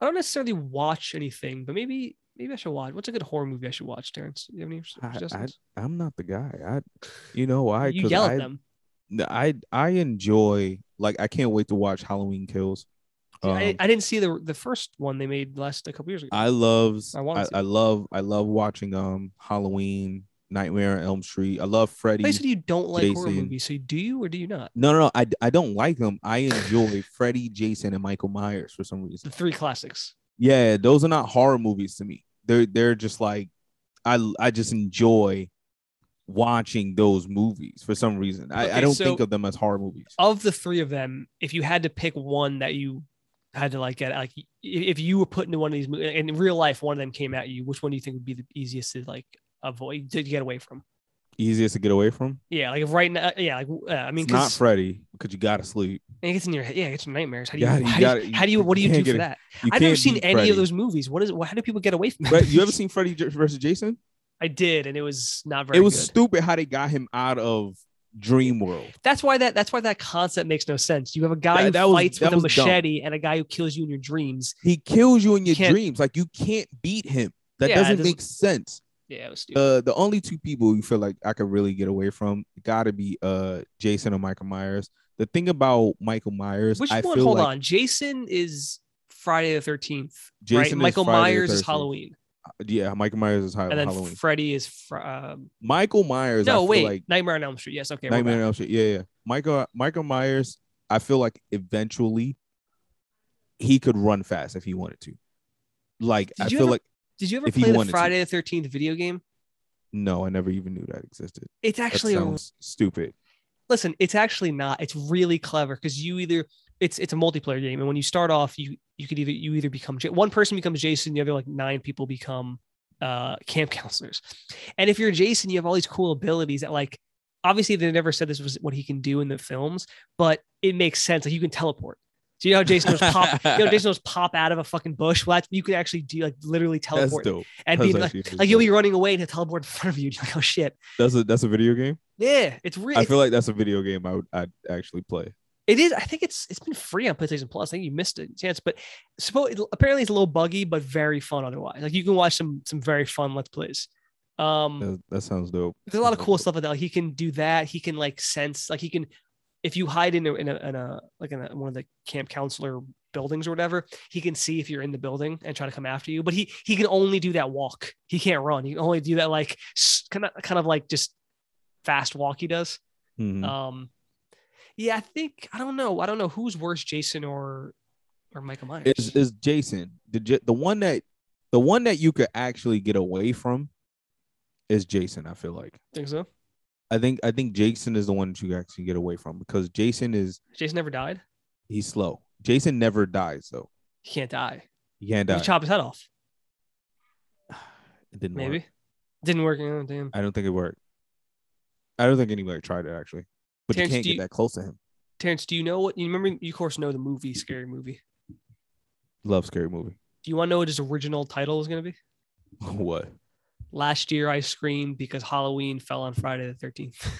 S1: I don't necessarily watch anything, but maybe maybe I should watch. What's a good horror movie I should watch, Terrence? You have any
S2: I- I-
S1: suggestions?
S2: I'm not the guy. I, you know why?
S1: you
S2: 'Cause
S1: yell at
S2: I,
S1: them.
S2: I I enjoy like I can't wait to watch Halloween Kills.
S1: See, I,
S2: Um,
S1: I didn't see the the first one they made last a couple years ago.
S2: I loves
S1: I
S2: I,
S1: wanted to.
S2: I, love I love watching um Halloween, Nightmare on Elm Street. I love Freddy.
S1: They said you don't like horror
S2: Jason.
S1: movies, so do you or do you not?
S2: No, no, no. I, d- I don't like them. I enjoy Freddy, Jason, and Michael Myers for some reason.
S1: The three classics.
S2: Yeah, those are not horror movies to me. They're they're just like I I just enjoy watching those movies for some reason. I,
S1: Okay,
S2: I don't
S1: so-
S2: think of them as horror movies.
S1: Of the three of them, if you had to pick one that you had to like get, like i- if you were put into one of these movies in real life, one of them came at you, which one do you think would be the easiest to like avoid to get away from?
S2: Easiest to get away from.
S1: Yeah, like if right now, yeah, like uh, I mean,
S2: it's not
S1: 'cause-
S2: Freddy because you gotta sleep.
S1: It gets in your head. Yeah, it gets in nightmares. How do you?
S2: Yeah, you
S1: how, do
S2: gotta-
S1: you
S2: you-
S1: how do you? What do
S2: you
S1: you do
S2: can't
S1: for
S2: get it.
S1: that?
S2: You
S1: I've never
S2: can't
S1: seen
S2: beat
S1: any
S2: Freddy.
S1: of those movies. What is? How do people get away from
S2: Fre-
S1: that?
S2: you ever seen Freddy J- versus Jason?
S1: I did, and it was not very.
S2: it was
S1: good.
S2: stupid how they got him out of Dream World.
S1: That's why that. That's why that concept makes no sense. You have a guy
S2: That-
S1: who
S2: that was-
S1: fights
S2: that
S1: with a
S2: was dumb.
S1: machete and a guy who kills you in your dreams.
S2: He kills you in your
S1: can't-
S2: dreams. Like you can't beat him. That
S1: Yeah, it
S2: doesn't
S1: doesn't-
S2: make sense.
S1: Yeah, it was stupid.
S2: Uh, the only two people you feel like I could really get away from gotta be uh Jason or Michael Myers. The thing about Michael Myers,
S1: Which
S2: I
S1: one?
S2: feel
S1: Hold
S2: like
S1: on. Jason is Friday the Thirteenth,
S2: Jason
S1: right?
S2: is
S1: Michael
S2: Friday the
S1: Myers is
S2: 13th.
S1: Halloween,
S2: Yeah, Michael Myers is Hall-
S1: and then
S2: Halloween.
S1: Freddy is. Fr- um,
S2: Michael Myers, I
S1: no,
S2: feel
S1: wait.
S2: like
S1: Nightmare on Elm Street. Yes. Okay. we're
S2: Nightmare on
S1: back.
S2: Elm Street. Yeah, yeah. Michael Michael Myers, I feel like eventually he could run fast if he wanted to. Like
S1: Did
S2: I
S1: you
S2: feel
S1: ever-
S2: like
S1: Did you ever
S2: if he
S1: play the
S2: wanted to.
S1: Friday the Thirteenth video game?
S2: no, I never even knew that existed.
S1: It's actually um,
S2: that
S1: a
S2: sounds stupid.
S1: listen, it's actually not. It's really clever because you either it's it's a multiplayer game, and when you start off, you you could either you either become Ja- one person becomes Jason, the other like nine people become uh camp counselors, and if you're Jason, you have all these cool abilities that like obviously they never said this was what he can do in the films, but it makes sense. Like you can teleport. So you know how Jason was pop, you know Jason was pop out of a fucking bush. Well, that's, you could actually do like literally
S2: That's
S1: teleport
S2: dope.
S1: and
S2: That's
S1: be like,
S2: actually pretty
S1: like you'll
S2: dope.
S1: be running away and he'll teleport in front of you. You're like, oh shit,
S2: That's a that's a video game.
S1: yeah, it's real.
S2: I feel like that's a video game I would I'd actually play.
S1: It is. I think it's it's been free on PlayStation Plus. I think you missed a chance, but suppose apparently it's a little buggy, but very fun otherwise. Like you can watch some some very fun Let's Plays. Um,
S2: That, that sounds dope.
S1: there's a lot of cool
S2: Sounds
S1: stuff like that. Like he can do that. He can like sense. Like he can, if you hide in a in a, in a like in a, one of the camp counselor buildings or whatever, he can see if you're in the building and try to come after you. But he he can only do that walk. He can't run. He can only do that like kind of kind of like just fast walk he does.
S2: dope. Mhm.
S1: Um, yeah, I think I don't know. I don't know who's worse, Jason or or Michael Myers.
S2: is is Jason the J- the one that the one that you could actually get away from is Jason. I feel like
S1: think so.
S2: I think I think Jason is the one that you actually get away from because Jason is
S1: Jason never died.
S2: he's slow. Jason never dies though.
S1: He can't die.
S2: He can't
S1: You
S2: die.
S1: chop his head off.
S2: It didn't
S1: Maybe
S2: work.
S1: didn't work. Oh, damn.
S2: I don't think it worked. I don't think anybody tried it actually. But
S1: Terrence,
S2: you can't
S1: do
S2: get
S1: you-
S2: that close to him.
S1: Terrence, do you know what? You remember? You of course know the movie, scary movie.
S2: Love scary movie.
S1: Do you want to know what his original title is going to be?
S2: what?
S1: Last year I screamed because Halloween fell on Friday the thirteenth.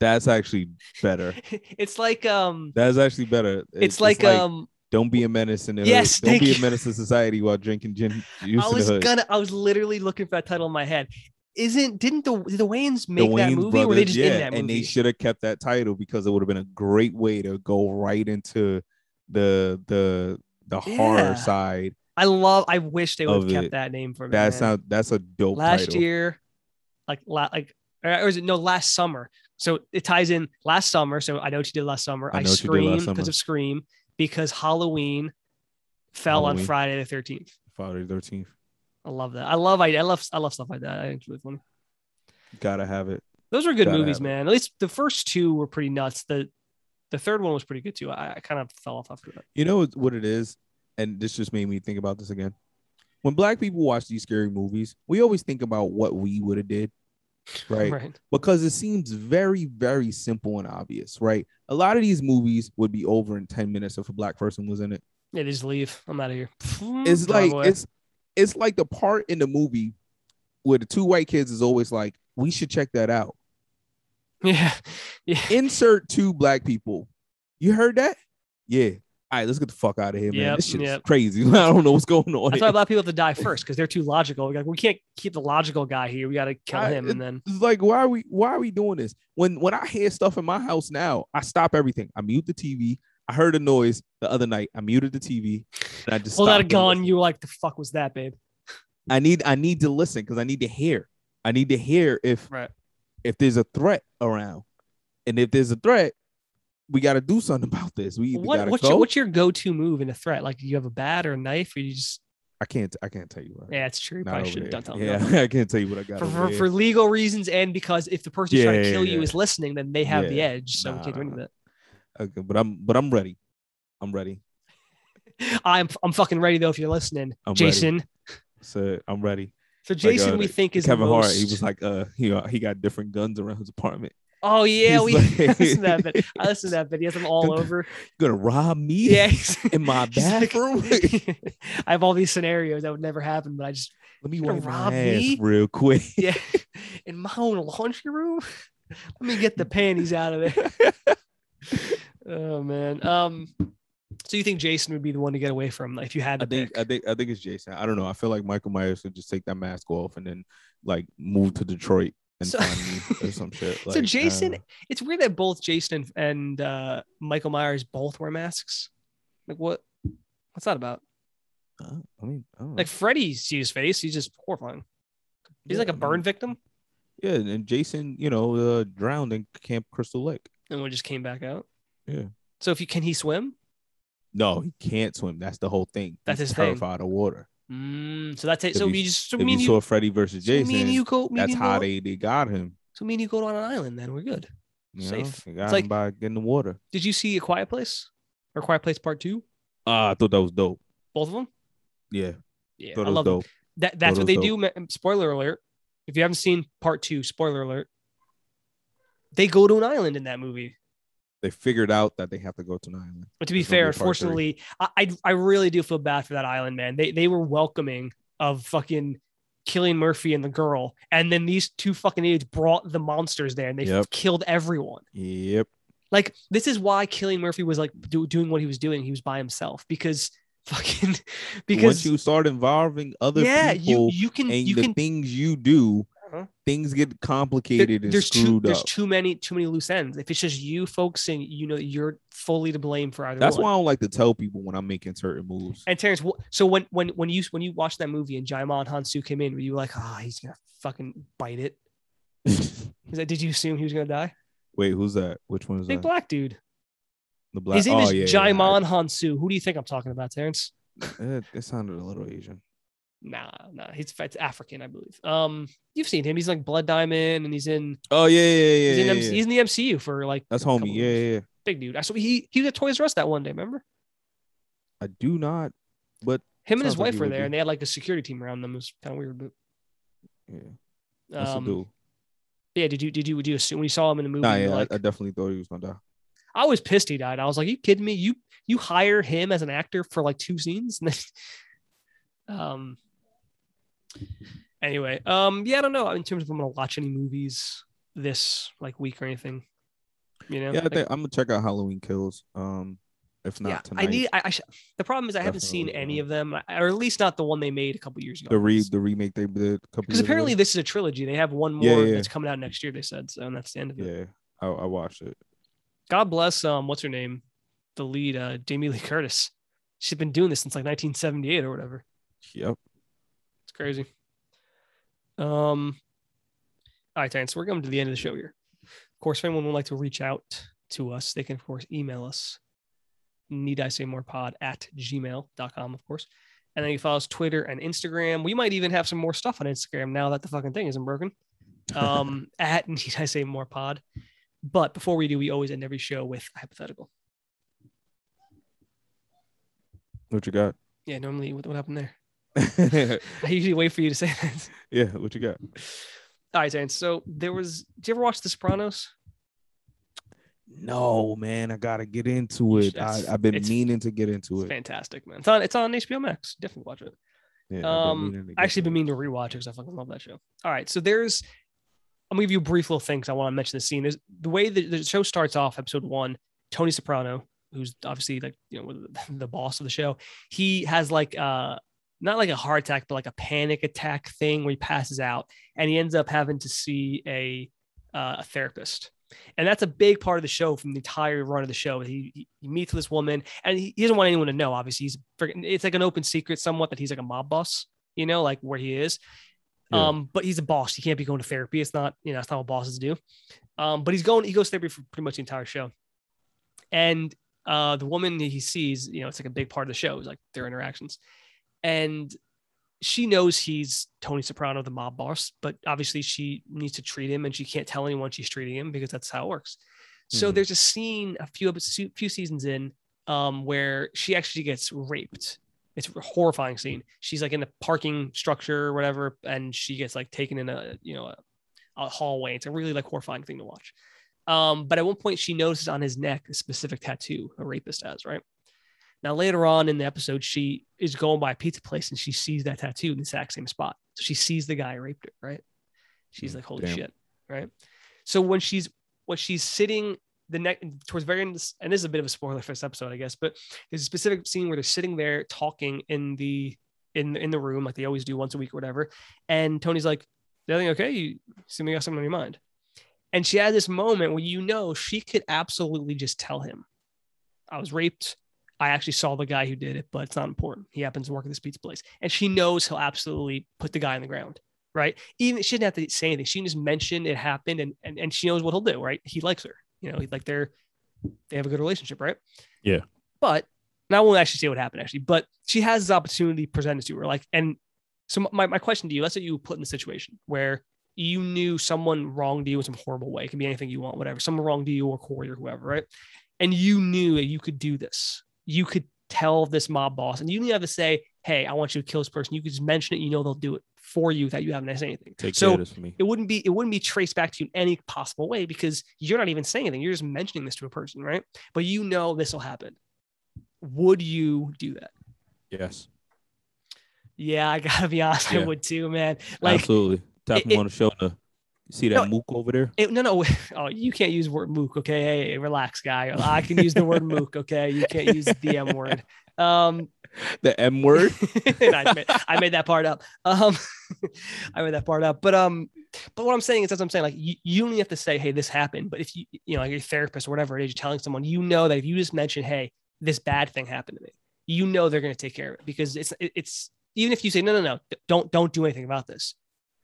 S2: That's actually better.
S1: it's like um,
S2: That's actually better.
S1: it's, like, um.
S2: don't be a menace in the
S1: Yes,
S2: hood. Don't
S1: thank
S2: be
S1: you.
S2: a menace to society while drinking gin juice
S1: I
S2: in the
S1: was
S2: hood.
S1: gonna. I was literally looking for that title in my head. Isn't didn't the did the Wayans make
S2: the
S1: that
S2: Wayans
S1: movie? or were they just in that movie?
S2: and they should have kept that title because it would have been a great way to go right into the the the
S1: Yeah.
S2: horror side.
S1: I love. I wish they would have
S2: of
S1: kept
S2: it.
S1: that name for me.
S2: That's
S1: man.
S2: not that's a dope
S1: last
S2: title.
S1: year, like la- like or or is it no last summer? So it ties in last summer. So I know what you did last summer.
S2: I
S1: I,
S2: Know What You Did Last
S1: screamed because
S2: Summer.
S1: of Scream because Halloween fell on
S2: Halloween.
S1: Friday the thirteenth.
S2: Friday the thirteenth.
S1: I love that. I love I, I love I love stuff like that. I think it's really funny.
S2: Gotta have it.
S1: Those were good
S2: Gotta
S1: movies,
S2: have it.
S1: man. At least the first two were pretty nuts. The the third one was pretty good too. I, I kind of fell off after that.
S2: You know what it is? and this just made me think about this again. When black people watch these scary movies, we always think about what we would have did, right?
S1: right.
S2: Because it seems very, very simple and obvious, right? A lot of these movies would be over in ten minutes if a black person was in it.
S1: Yeah, they just leave. I'm out of here.
S2: It's
S1: Drive
S2: like
S1: away.
S2: it's it's like the part in the movie where the two white kids is always like, "We should check that out."
S1: yeah, yeah,
S2: Insert two black people. You heard that? Yeah. All right, let's get the fuck out of here, man.
S1: Yep,
S2: this shit's
S1: yep.
S2: crazy. I don't know what's going on.
S1: That's
S2: here.
S1: why a lot of people have to die first because they're too logical. We're like, we can't keep the logical guy here. We got to kill
S2: I-
S1: him, and then
S2: It's like why are we why are we doing this? When when I hear stuff in my house now, I stop everything. I mute the TV. I heard a noise the other night. I muted the TV. And I just
S1: pull out a
S2: stopped and
S1: Oh, gun.
S2: listened.
S1: You were like, the fuck was that, babe?
S2: I need I need to listen because I need to hear. I need to hear if
S1: Right.
S2: if there's a threat around, and if there's a threat, we got to do something about this. We either
S1: What,
S2: gotta
S1: what's
S2: go.
S1: your, what's your go-to move in a threat? Like, do you have a bat or a knife, or you just
S2: I can't I can't tell you. Right.
S1: yeah, it's true. You
S2: Not
S1: probably
S2: over
S1: should have
S2: there.
S1: done something.
S2: Yeah, I can't tell you what I got.
S1: For,
S2: over
S1: for,
S2: here.
S1: for legal reasons and because if the person trying
S2: Yeah,
S1: to
S2: yeah,
S1: kill you
S2: yeah.
S1: is listening, then they have the
S2: Yeah.
S1: edge. So we
S2: Nah,
S1: can't do
S2: nah,
S1: anything. with
S2: okay, but I'm but I'm ready. I'm ready.
S1: it. I'm I'm fucking ready though. If you're listening,
S2: I'm ready.
S1: Jason.
S2: So I'm ready.
S1: So
S2: Like,
S1: Jason,
S2: uh,
S1: we think is the
S2: Kevin Hart.
S1: most-
S2: He was like, uh, he he got different guns around his apartment.
S1: Oh yeah,
S2: He's
S1: we
S2: like-
S1: listen to that bit. I listen to that bit. He has them all over.
S2: You gonna rob me?
S1: Yeah, he's-
S2: in my
S1: he's like-
S2: bathroom.
S1: I have all these scenarios that would never happen, but I just
S2: Let me
S1: You gonna
S2: wipe my
S1: rob
S2: ass
S1: me?
S2: real quick.
S1: yeah, in my own laundry room. Let me get the panties out of there. oh man. Um. So you think Jason would be the one to get away from like, if you had
S2: I
S1: to
S2: think
S1: pick?
S2: I think I think it's Jason. I don't know. I feel like Michael Myers should just take that mask off and then like move to Detroit and
S1: So-
S2: find me or some shit. Like, uh, um,
S1: so
S2: I
S1: Jason,
S2: don't know.
S1: it's weird that both Jason and, and uh, Michael Myers both wear masks. Like what? What's that about?
S2: Uh, I mean, I don't
S1: Like Freddy sees his face. He's just horrifying. He's
S2: Yeah,
S1: like a
S2: I mean-
S1: burn victim,
S2: know. yeah, and Jason, you know, uh, drowned in Camp Crystal Lake.
S1: and we just came back out.
S2: Yeah.
S1: So if you can he swim?
S2: No, he can't swim. That's the whole thing.
S1: That's
S2: He's
S1: his thing.
S2: terrified of water.
S1: Mm, so that's it.
S2: If
S1: So
S2: you-
S1: we just so
S2: if
S1: me
S2: you
S1: and
S2: saw
S1: you,
S2: Freddy versus
S1: so
S2: Jason,
S1: me and you go. Me and
S2: that's
S1: you
S2: how
S1: go,
S2: they, they got him.
S1: So me and you go on an island. Then we're good.
S2: You
S1: Safe.
S2: Know? They got
S1: It's
S2: him
S1: like-
S2: by getting the water.
S1: Did you see a Quiet Place or Quiet Place Part Two?
S2: Ah, I thought that was dope.
S1: Both of them.
S2: Yeah,
S1: Yeah,
S2: thought
S1: I
S2: it was
S1: love them.
S2: dope.
S1: That that's what
S2: Thought it
S1: they
S2: was
S1: do. ma- um, Spoiler alert! If you haven't seen Part Two, spoiler alert. They go to an island in that movie.
S2: They figured out that they have to go to an island.
S1: But to be
S2: There's gonna be
S1: fair,
S2: a part three.
S1: unfortunately, I, I I really do feel bad for that island, man. They they were welcoming of fucking Killian Murphy and the girl, and then these two fucking idiots brought the monsters there, and they
S2: Yep.
S1: killed everyone.
S2: Yep.
S1: Like this is why Killian Murphy was like do, doing what he was doing. He was by himself because fucking
S2: Once
S1: because
S2: you start involving other
S1: yeah, you
S2: people
S1: you can
S2: and
S1: you
S2: the
S1: can
S2: things you do,
S1: Uh-huh.
S2: things get
S1: there-
S2: complicated and
S1: there's too
S2: screwed
S1: there's
S2: up.
S1: too many too many loose ends. If it's just you focusing, you know you're fully to blame for either.
S2: That's
S1: one.
S2: why I don't like to tell people when I'm making certain moves.
S1: And Terrence, wh- so when when when you when you watched that movie and Jaimon Hansu came in, were you like, ah, he's gonna fucking bite it? Is that, did you assume he was gonna die?
S2: Wait, who's that? Which one is
S1: Big
S2: that?
S1: black dude.
S2: The black.
S1: His name
S2: oh,
S1: is
S2: yeah, yeah,
S1: Jaimon Hansu. Who do you think I'm talking about, Terrence?
S2: yeah. It, it sounded a little Asian.
S1: Nah, nah, he's it's African, I believe. Um, you've seen him. He's like Blood Diamond, and he's in
S2: Oh yeah, yeah, yeah.
S1: he's,
S2: yeah,
S1: in,
S2: yeah,
S1: MC,
S2: yeah.
S1: he's in the MCU for like
S2: That's
S1: couple
S2: homie. Yeah, yeah, yeah.
S1: big dude. I saw he he was at Toys R Us that one day. Remember
S2: I do not. But
S1: him and his
S2: Sounds like
S1: wife
S2: he
S1: were
S2: would
S1: there,
S2: be.
S1: and they had like a security team around them. It was kind of weird, but
S2: yeah, that's a
S1: um,
S2: dude.
S1: yeah. Did you did you did you assume when you saw him in the movie?
S2: Nah,
S1: you were
S2: yeah, I-
S1: like,
S2: I, definitely thought he was gonna die.
S1: I was pissed he died. I was like, you kidding me? You you hire him as an actor for like two scenes? And then, um. Anyway, um, yeah, I don't know. In terms of I'm gonna watch any movies this like week or anything, you know.
S2: Yeah, I
S1: Like,
S2: think I'm gonna check out Halloween Kills. Um, if not
S1: yeah,
S2: tonight,
S1: I need. I, I sh- the problem is I haven't seen
S2: Definitely,
S1: any
S2: yeah.
S1: of them, I- or at least not the one they made a couple years ago.
S2: the re the remake they did.
S1: because apparently this is a trilogy. They have one more
S2: Yeah, yeah, yeah.
S1: that's coming out next year. They said so, and that's the end of it.
S2: yeah, I, I watched it.
S1: God bless um what's her name? The lead, uh Jamie Lee Curtis. She's been doing this since like 1978 or whatever.
S2: Yep.
S1: It's crazy. Um all right, Terrence, we're coming to the end of the show here. Of course, if anyone would like to reach out to us, they can of course email us. Need I say more pod at gmail.com, of course. And then you can follow us Twitter and Instagram. We might even have some more stuff on Instagram now that the fucking thing isn't broken. Um at need I say more pod. But before we do, we always end every show with a hypothetical.
S2: What you got?
S1: Yeah, normally what, what happened there?
S2: yeah,
S1: I usually wait for you to say that.
S2: what you got?
S1: All right, Zane. So there was. Did you ever watch The Sopranos?
S2: No, man, I gotta get into it. I,
S1: That's-
S2: I've been
S1: it's-
S2: meaning to get into
S1: It's
S2: it.
S1: fantastic, man. It's on. It's on HBO Max. Definitely watch it.
S2: Yeah, I've been meaning
S1: Um,
S2: to
S1: I
S2: get
S1: actually
S2: to
S1: been meaning to rewatch it because I fucking love that show. All right, so there's. I'm gonna give you a brief little thing because I want to mention this scene. There's the way the, the show starts off, episode one. Tony Soprano, who's obviously like you know the boss of the show, he has like uh not like a heart attack, but like a panic attack thing where he passes out and he ends up having to see a uh, a therapist. And that's a big part of the show from the entire run of the show. He, he, he meets this woman and he, he doesn't want anyone to know. Obviously, he's freaking, it's like an open secret somewhat that he's like a mob boss, you know, like where he is.
S2: Yeah.
S1: Um, but he's a boss. He can't be going to therapy. It's not, you know, that's not what bosses do. Um, but he's going, he goes to therapy for pretty much the entire show. And uh, the woman that he sees, you know, it's like a big part of the show, is like their interactions. And she knows he's Tony Soprano, the mob boss, but obviously she needs to treat him and she can't tell anyone she's treating him because that's how it works. So
S2: Mhm.
S1: there's a scene a few episodes, few seasons in um, where she actually gets raped. It's a horrifying scene. She's like in a parking structure or whatever, and she gets like taken in a you know a, a hallway. It's a really like horrifying thing to watch. Um, but at one point, she notices on his neck a specific tattoo a rapist has, right? Now, later on in the episode, she is going by a pizza place and she sees that tattoo in the exact same spot. So she sees the guy who raped her, right? She's
S2: Mm,
S1: like, holy
S2: damn.
S1: shit, right? So when she's when she's sitting the neck towards the very end, of this- and this is a bit of a spoiler for this episode, I guess, but there's a specific scene where they're sitting there talking in the in in the room like they always do once a week or whatever, and Tony's like, "Everything okay? You seem to got something on your mind." And she had this moment where you know she could absolutely just tell him, "I was raped." I actually saw the guy who did it, but it's not important. He happens to work at this pizza place. And she knows he'll absolutely put the guy on the ground, right? Even she didn't have to say anything. She can just mentioned it happened and, and and she knows what he'll do, right? He likes her. You know, he- like they're they have a good relationship, right?
S2: Yeah.
S1: But and I won't actually say what happened actually, but she has this opportunity presented to her. Like, and so my, my question to you, let's say you were put in a situation where you knew someone wronged you in some horrible way. It can be anything you want, whatever. Someone wronged you or Corey or whoever, right? And you knew that you could do this you could tell this mob boss and you didn't have to say, Hey, I want you to kill this person. You could just mention it. You know, they'll do it for you without you having to say anything.
S2: Take
S1: so
S2: care of this for me.
S1: it wouldn't be, it wouldn't be traced back to you in any possible way because you're not even saying anything. You're just mentioning this to a person. Right. But you know, this will happen. Would you do that?
S2: Yes,
S1: Yeah. I gotta be honest. I
S2: Yeah.
S1: would too, man. Like,
S2: absolutely. Tap
S1: it-
S2: him on the shoulder. You see that mook over there?
S1: it, no, no. Oh, you can't use word mook. Okay. Hey, relax guy. I can use the word mook. Okay. You can't use the M word. Um,
S2: The M word.
S1: And I, made, I made that part up. Um, I made that part up. But um, but what I'm saying is that's what I'm saying. Like you, you only have to say, hey, this happened. But if you, you know, like your therapist or whatever it is, you're telling someone, you know that if you just mention, hey, this bad thing happened to me, you know they're gonna take care of it because it's it- it's even if you say no, no, no, don't don't do anything about this,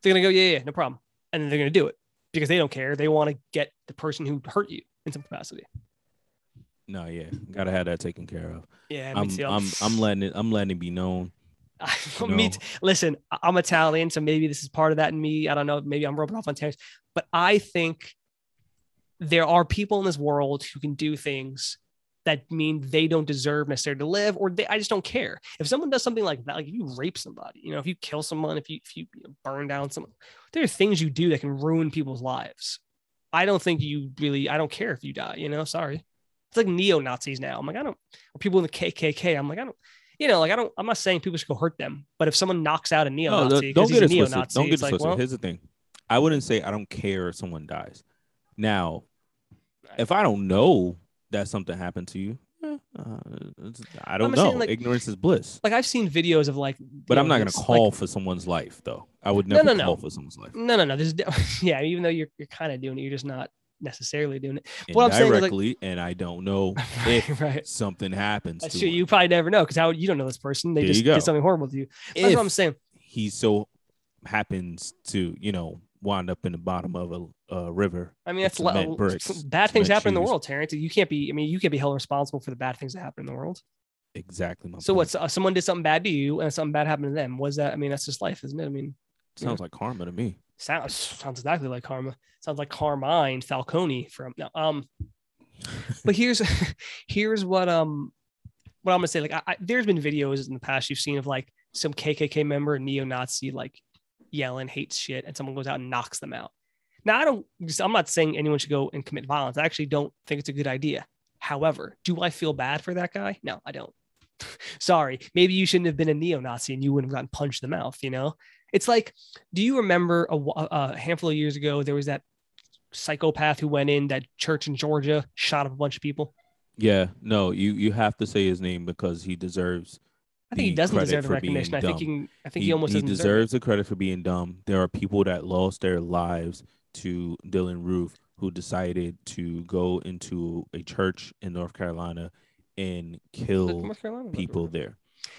S1: they're gonna go, yeah, yeah, yeah, no problem, and then they're gonna do it because they don't care. They want to get the person who hurt you in some capacity.
S2: no, yeah, gotta have that taken care of.
S1: Yeah, me
S2: I'm,
S1: too.
S2: I'm, I'm letting it. I'm letting it be known.
S1: I,
S2: you
S1: me
S2: know?
S1: t- listen, I- I'm Italian, so maybe this is part of that in me. I don't know. Maybe I'm rubbing off on Terrence, but I think there are people in this world who can do things that mean they don't deserve necessarily to live, or they, I just don't care. If someone does something like that, like if you rape somebody, you know, if you kill someone, if you if you burn down someone, there are things you do that can ruin people's lives. I don't think you really. I don't care if you die. You know, sorry. It's like neo Nazis now. I'm like, I don't. Or people in the KKK. I'm like, I don't you know, like I don't, I'm not saying people should go hurt them, but if someone knocks out a
S2: No,
S1: neo-Nazi, because
S2: th- don't
S1: he's
S2: get
S1: a
S2: it twisted.
S1: neo-Nazi,
S2: Don't get it
S1: it's like,
S2: twisted.
S1: well,
S2: Here's the thing. I wouldn't say I don't care if someone dies. Now,
S1: Right.
S2: if I don't know that something happened to you, eh, uh, it's- I don't
S1: not
S2: know.
S1: saying, like-
S2: Ignorance is bliss.
S1: like I've seen videos of like,
S2: But
S1: you
S2: I'm
S1: know,
S2: not gonna
S1: this, like-
S2: call for someone's life, though. I would
S1: No,
S2: never
S1: no, no.
S2: call for someone's life.
S1: no, no, no. There's, yeah, even though you're, you're kind of doing it, you're just not necessarily doing it. What I'm saying is, like-
S2: Indirectly, and I don't know
S1: Right.
S2: if
S1: right.
S2: something happens
S1: That's
S2: to
S1: true.
S2: him.
S1: You probably never know because how you don't know this person. They
S2: There
S1: just
S2: you go.
S1: did something horrible to you. But That's what I'm
S2: If-
S1: saying.
S2: he so happens to, you know, wind up in the bottom of a uh, river.
S1: I mean,
S2: It's
S1: that's a lot.
S2: cement bricks,
S1: Bad things
S2: cement
S1: happen in the
S2: shoes.
S1: world, Terrence. You can't be. I mean, you can't be held responsible for the bad things that happen in the world.
S2: Exactly. My
S1: So
S2: point.
S1: what's uh, someone did something bad to you and something bad happened to them? Was that? I mean, that's just life, isn't it? I mean,
S2: sounds like karma to me.
S1: sounds sounds exactly like karma. Sounds like Carmine Falcone from no. Um, but here's here's what um what I'm gonna say, like, I, I, there's been videos in the past you've seen of like some KKK member, neo-Nazi, like yelling hate shit, and someone goes out and knocks them out. Now, I don't. I'm not saying anyone should go and commit violence. I actually don't think it's a good idea. However, do I feel bad for that guy? No, I don't. Sorry, maybe you shouldn't have been a neo-Nazi and you wouldn't have gotten punched in the mouth. You know, it's like, do you remember a, wh- a handful of years ago there was that psychopath who went in that church in Georgia, shot up a bunch of people.
S2: Yeah, no, you you have to say his name because he deserves.
S1: I think he
S2: the
S1: doesn't
S2: credit
S1: deserve the
S2: for being
S1: recognition. I think he,
S2: dumb.
S1: can, I think he, almost doesn't deserve it.
S2: deserves the credit for being dumb. There are people that lost their lives to Dylan Roof, who decided to go into a church in North Carolina and kill
S1: North Carolina,
S2: people there.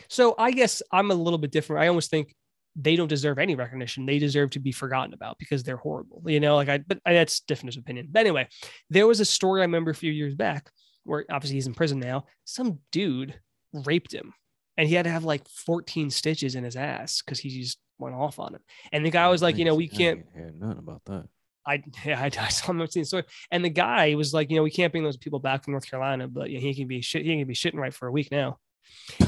S1: So I guess I'm a little bit different. I almost think they don't deserve any recognition. They deserve to be forgotten about because they're horrible. You know, like I, but I, that's different opinion. But anyway, there was a story I remember a few years back where obviously he's in prison now. Some dude raped him and he had to have like 14 stitches in his ass because he just went off on him. And the guy was like, you know, we can't,
S2: I hear nothing about that.
S1: I yeah, I, I saw him seeing the story, and the guy was like, you know, we can't bring those people back from North Carolina, but yeah, he can be shit, he can be shitting right for a week now.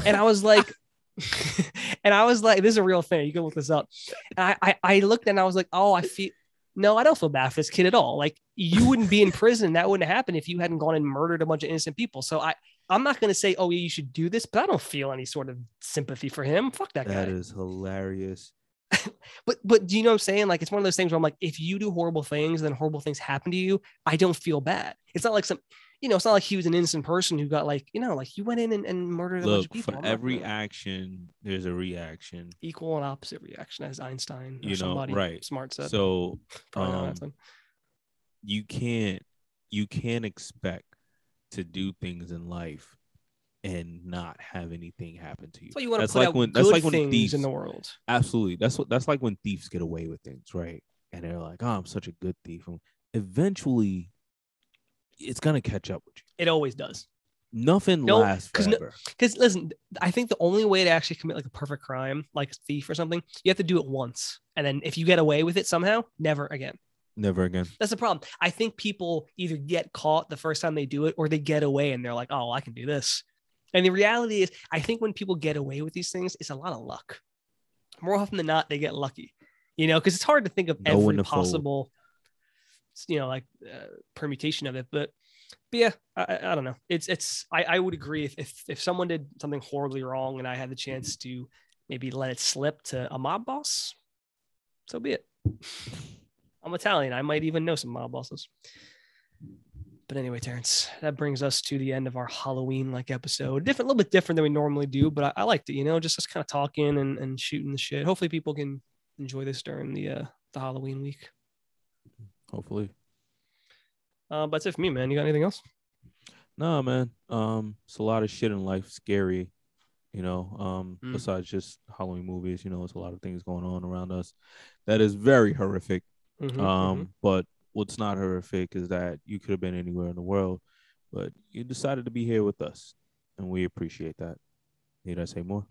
S1: And I was like, and I was like, this is a real thing. You can look this up. And I, I I looked and I was like, oh, I feel no, I don't feel bad for this kid at all. Like you wouldn't be in prison. That wouldn't happen if you hadn't gone and murdered a bunch of innocent people. So I I'm not gonna say, oh yeah, you should do this, but I don't feel any sort of sympathy for him. Fuck that guy.
S2: That is hilarious.
S1: But but do you know what I'm saying? Like it's one of those things where I'm like, if you do horrible things, then horrible things happen to you. I don't feel bad. It's not like some, you know, it's not like he was an innocent person who got like, you know, like you went in and, and murdered a bunch of
S2: Look,
S1: people.
S2: for
S1: I'm not
S2: every
S1: gonna-
S2: action, there's a reaction.
S1: equal and opposite reaction, as Einstein or
S2: You know,
S1: somebody
S2: right.
S1: smart said.
S2: So
S1: Probably not
S2: um,
S1: Einstein.
S2: you can't you can't expect to do things in life and not have anything happen to you.
S1: That's why you want to
S2: that's
S1: put
S2: like
S1: out
S2: when-
S1: good
S2: that's like when
S1: things in
S2: thieves-
S1: the world.
S2: Absolutely. That's what that's like when thieves get away with things, right? And they're like, "Oh, I'm such a good thief." And eventually, it's gonna catch up with
S1: It always does.
S2: you. Nothing
S1: No,
S2: lasts
S1: 'cause no-
S2: forever.
S1: Because listen, I think the only way to actually commit like a perfect crime, like thief or something, you have to do it once, and then if you get away with it somehow, never again.
S2: Never again.
S1: That's the problem. I think people either get caught the first time they do it or they get away and they're like, oh, I can do this. And the reality is, I think when people get away with these things, it's a lot of luck. More often than not, they get lucky, you know, because it's hard to think of
S2: Know when
S1: every
S2: to fold.
S1: possible, you know, like uh, permutation of it. But, but yeah, I, I- I don't know. It's, it's, I, I would agree if, if, if someone did something horribly wrong and I had the chance to maybe let it slip to a mob boss, so be it. I'm Italian. I might even know some mob bosses. But anyway, Terrence, that brings us to the end of our Halloween like episode. Different, a little bit different than we normally do, but I, I liked it, you know, just us kind of talking and, and shooting the shit. Hopefully people can enjoy this during the uh, the Halloween week.
S2: Hopefully,
S1: Uh, but that's it for me, man. You got anything else?
S2: nah, man. Um, it's a lot of shit in life. Scary, you know. Um,
S1: Mm.
S2: besides just Halloween movies, you know, it's a lot of things going on around us that is very horrific.
S1: Mhm,
S2: Um,
S1: mhm.
S2: but what's not horrific is that you could have been anywhere in the world, but you decided to be here with us, and we appreciate that. Need I say more?